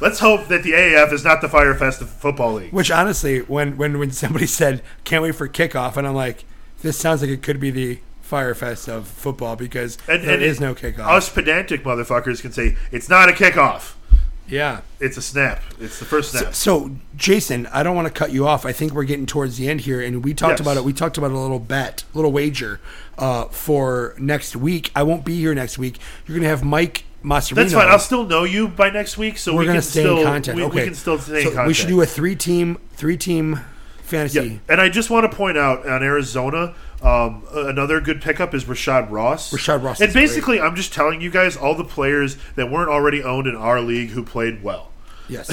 Let's hope that the AAF is not the Firefest of Football League. Which honestly, when when when somebody said can't wait for kickoff, and I'm like, this sounds like it could be the Firefest of football because there And- is and no kickoff. Us pedantic motherfuckers can say it's not a kickoff; yeah. it's a snap. It's the first snap. So, Jason, I don't want to cut you off. I think we're getting towards the end here, and we talked Yes. about it. We talked about a little bet, little wager uh, for next week. I won't be here next week. You're going to have Mike Mascherino. That's fine. I'll still know you by next week, so we're we going to can stay still in contact. We, we okay, can still stay So in contact. We should do a three-team, three-team fantasy. And I just want to point out on Arizona, um, another good pickup is Rashad Ross. Rashad Ross And is great. basically, I'm just telling you guys all the players that weren't already owned in our league who played well. Yes.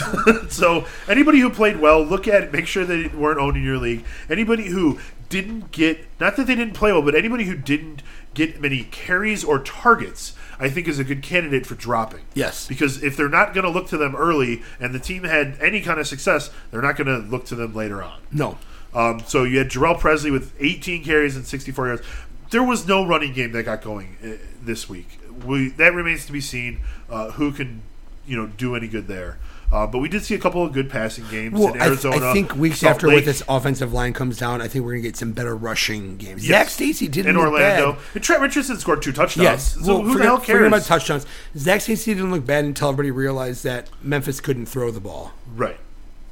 So anybody who played well, look at it, make sure they weren't owned in your league. Anybody who didn't get not that they didn't play well, but anybody who didn't get many carries or targets, I think is a good candidate for dropping. Yes. Because if they're not gonna look to them early and the team had any kind of success, they're not gonna look to them later on. no. Um, so you had Jarrell Presley with 18 carries and 64 yards. There was no running game that got going uh, this week. We, that remains to be seen uh, who can you know do any good there. Uh, but we did see a couple of good passing games Well, in I, Arizona. I think weeks Salt after Lake, with this offensive line comes down, I think we're gonna get some better rushing games. Yes. Zach Stacy didn't in look Orlando, bad. and Trent Richardson scored two touchdowns. Yes. So well, who forget, the hell forget cares? about touchdowns. Zach Stacy didn't look bad until everybody realized that Memphis couldn't throw the ball. Right.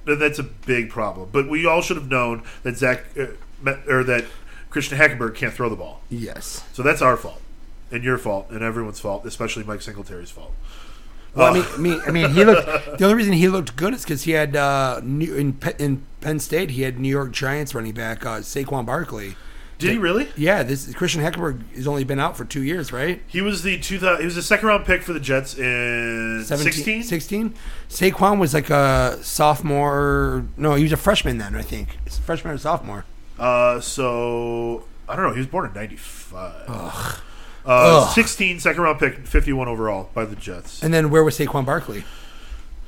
Th- That's a big problem. But we all should have known that Zach uh, me- or that Christian Hackenberg can't throw the ball. Yes. So that's our fault, and your fault, and everyone's fault, especially Mike Singletary's fault. Well, I mean, I mean, I mean, he looked. The only reason he looked good is because he had uh, New, in Pe- in Penn State, he had New York Giants running back uh, Saquon Barkley. Did he really? Yeah, this Christian Heckenberg has only been out for two years, right? He was the two thousand. He was the second round pick for the Jets in 17, sixteen. 16? Saquon was like a sophomore. No, he was a freshman then, I think. It's Freshman or sophomore. Uh, so I don't know. He was born in ninety five. Uh, Ugh. 16, second round pick, 51 overall by the Jets. And then where was Saquon Barkley?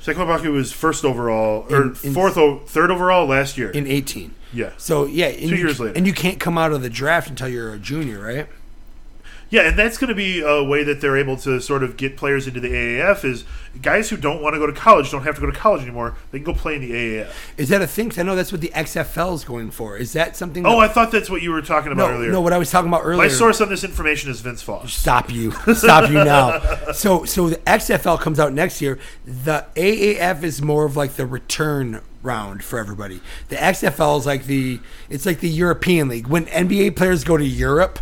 Saquon Barkley was first overall, or In- in- fourth, o- third overall last year. In 18. yeah. So, yeah. and Two you- years later. And you can't come out of the draft until you're a junior, right? Yeah, and that's going to be a way that they're able to sort of get players into the AAF is guys who don't want to go to college don't have to go to college anymore. They can go play in the AAF. Is that a thing? 'Cause I know that's what the XFL is going for. Is that something? Oh, that, I thought that's what you were talking about no, earlier. no, what I was talking about earlier. My source on this information is Vince Foss. stop you stop you now so so the xfl comes out next year the aaf is more of like the return round for everybody the xfl is like the it's like the european league when nba players go to europe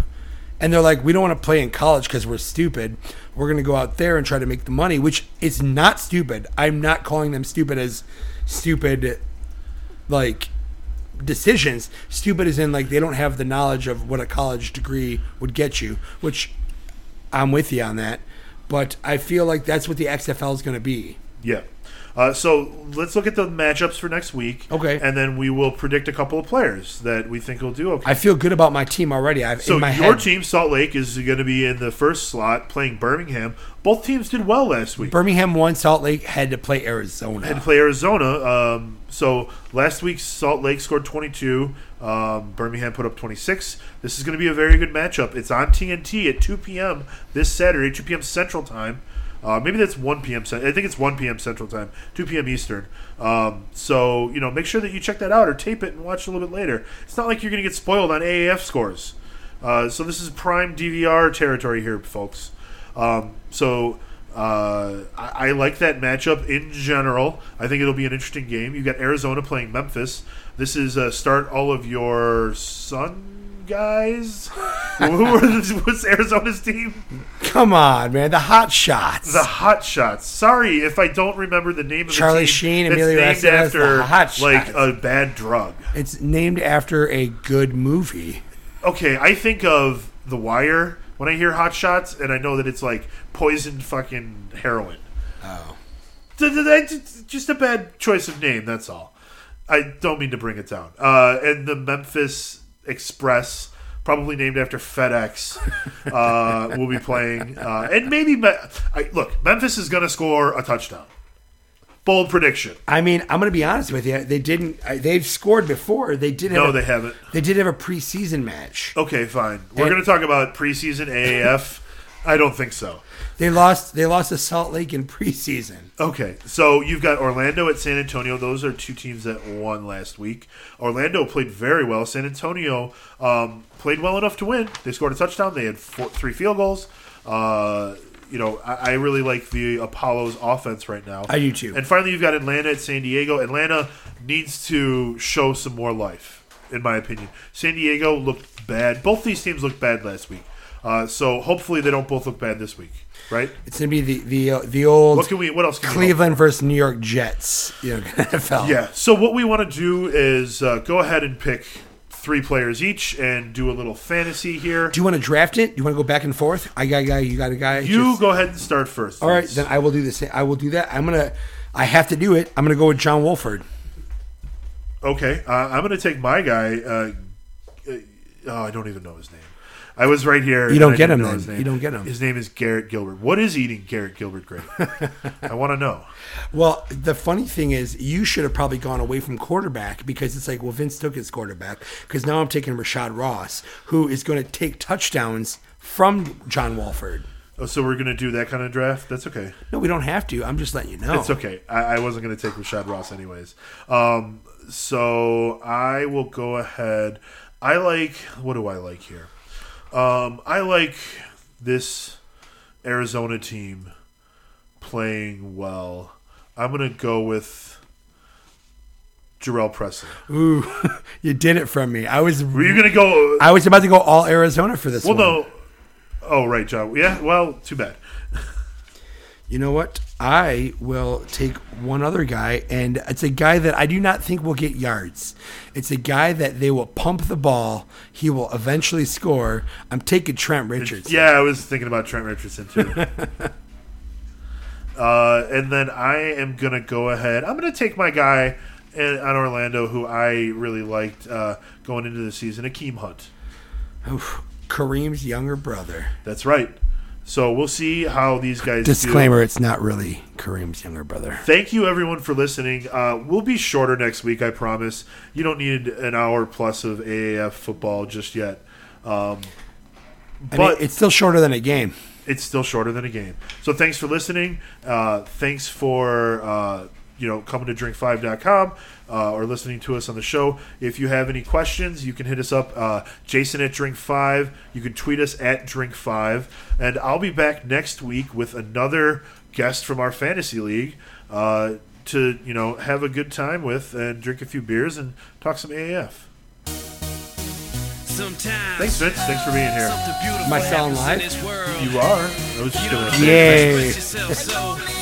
and they're like we don't want to play in college because we're stupid we're going to go out there and try to make the money which is not stupid i'm not calling them stupid as stupid like decisions. Stupid is in like they don't have the knowledge of what a college degree would get you, which I'm with you on that. But I feel like that's what the XFL is going to be. Yeah. Uh, so let's look at the matchups for next week. Okay. And then we will predict a couple of players that we think will do okay. I feel good about my team already. I've so in my your head, team, Salt Lake, is going to be in the first slot playing Birmingham. Both teams did well last week. Birmingham won. Salt Lake had to play and Arizona. play Arizona. Um, so last week, Salt Lake scored 22. Um, Birmingham put up 26. This is going to be a very good matchup. It's on TNT at 2 p.m. this Saturday, 2 p.m. Central Time. Uh, maybe that's 1 p.m. Cen- I think it's 1 p.m. Central Time, 2 p.m. Eastern. Um, so you know, make sure that you check that out or tape it and watch a little bit later. It's not like you're going to get spoiled on AAF scores. Uh, so this is prime DVR territory here, folks. Um, so uh, I, I like that matchup in general. I think it'll be an interesting game. You've got Arizona playing Memphis. This is uh, start all of your Sun guys. Who are this, what's Arizona's team? Come on, man, the hot shots. The Hot Shots. Sorry if I don't remember the name of Charlie the team. Sheen, that's Emilio named Estevez, after the Hot like Shots. a bad drug. it's named after a good movie. okay, I think of The Wire when I hear Hot Shots, and I know that it's like poisoned fucking heroin. Th- th- th- th- Just a bad choice of name, that's all. I don't mean to bring it down. Uh, and the Memphis Express, probably named after FedEx, uh, will be playing. Uh, and maybe, Me- I, look, Memphis is going to score a touchdown. Bold prediction. I mean, I'm going to be honest with you. They didn't. I- They've scored before. They did. Have No, a- they haven't. They did have a preseason match. Okay, fine. We're They- going to talk about preseason AAF. I don't think so. They lost. They lost to Salt Lake in preseason. Okay, so you've got Orlando at San Antonio. Those are two teams that won last week. Orlando played very well. San Antonio um, played well enough to win. They scored a touchdown. They had four, three field goals. Uh, you know, I, I really like the Apollo's offense right now. I do too. And finally, you've got Atlanta at San Diego. Atlanta needs to show some more life, in my opinion. San Diego looked bad. Both these teams looked bad last week. Uh, so hopefully they don't both look bad this week, right? It's gonna be the the uh, the old What can we? What else? Can we hope? Cleveland versus New York Jets. You know, NFL. Yeah. So what we want to do is uh, go ahead and pick three players each and do a little fantasy here. Do you want to draft it? You want to go back and forth? I got a guy. You got a guy. you Just- go ahead and start first. all right, then I will do this. I will do that. I'm gonna. I have to do it. I'm gonna go with John Wolford. Okay. Uh, I'm going to take my guy. Uh, uh, oh, I don't even know his name. I was right here. You don't and I get didn't him know then. his name. You don't get him. His name is Garrett Gilbert. What is eating Garrett Gilbert great? I want to know. Well, the funny thing is, you should have probably gone away from quarterback because it's like, well, Vince took his quarterback because now I'm taking Rashad Ross, who is going to take touchdowns from John Walford. Oh, so we're going to do that kind of draft? That's okay. No, we don't have to. I'm just letting you know. It's okay. I, I wasn't going to take Rashad Ross anyways. Um, so I will go ahead. I like. What do I like here? Um, I like this Arizona team playing well. I'm going to go with Jarrell Presley. Ooh, you did it from me. I was Were you going to go? I was about to go all Arizona for this well, one. no. Oh, right, John. Yeah. Well, too bad. You know what? I will take one other guy, and it's a guy that I do not think will get yards. It's a guy that they will pump the ball. He will eventually score. I'm taking Trent Richards. Yeah, I was thinking about Trent Richardson too. uh, and then I am gonna go ahead. I'm gonna take my guy in, on Orlando, who I really liked uh, going into the season, Akeem Hunt. Oof. Kareem's younger brother. That's right. So we'll see how these guys. do. Disclaimer: It's not really Kareem's younger brother. Thank you, everyone, for listening. Uh, we'll be shorter next week, I promise. You don't need an hour plus of AAF football just yet. Um, I mean, but it's still shorter than a game. it's still shorter than a game. So thanks for listening. Uh, thanks for uh, you know coming to drink5.com uh, or listening to us on the show. If you have any questions, you can hit us up, uh, Jason at drink5. You can tweet us at drink5. And I'll be back next week with another guest from our fantasy league uh, to you know have a good time with and drink a few beers and talk some AAF. Sometimes Thanks, Vince. Thanks for being here. something beautiful Am I still happens alive? in this world. You are. I was just gonna say. Yay. Express yourself, so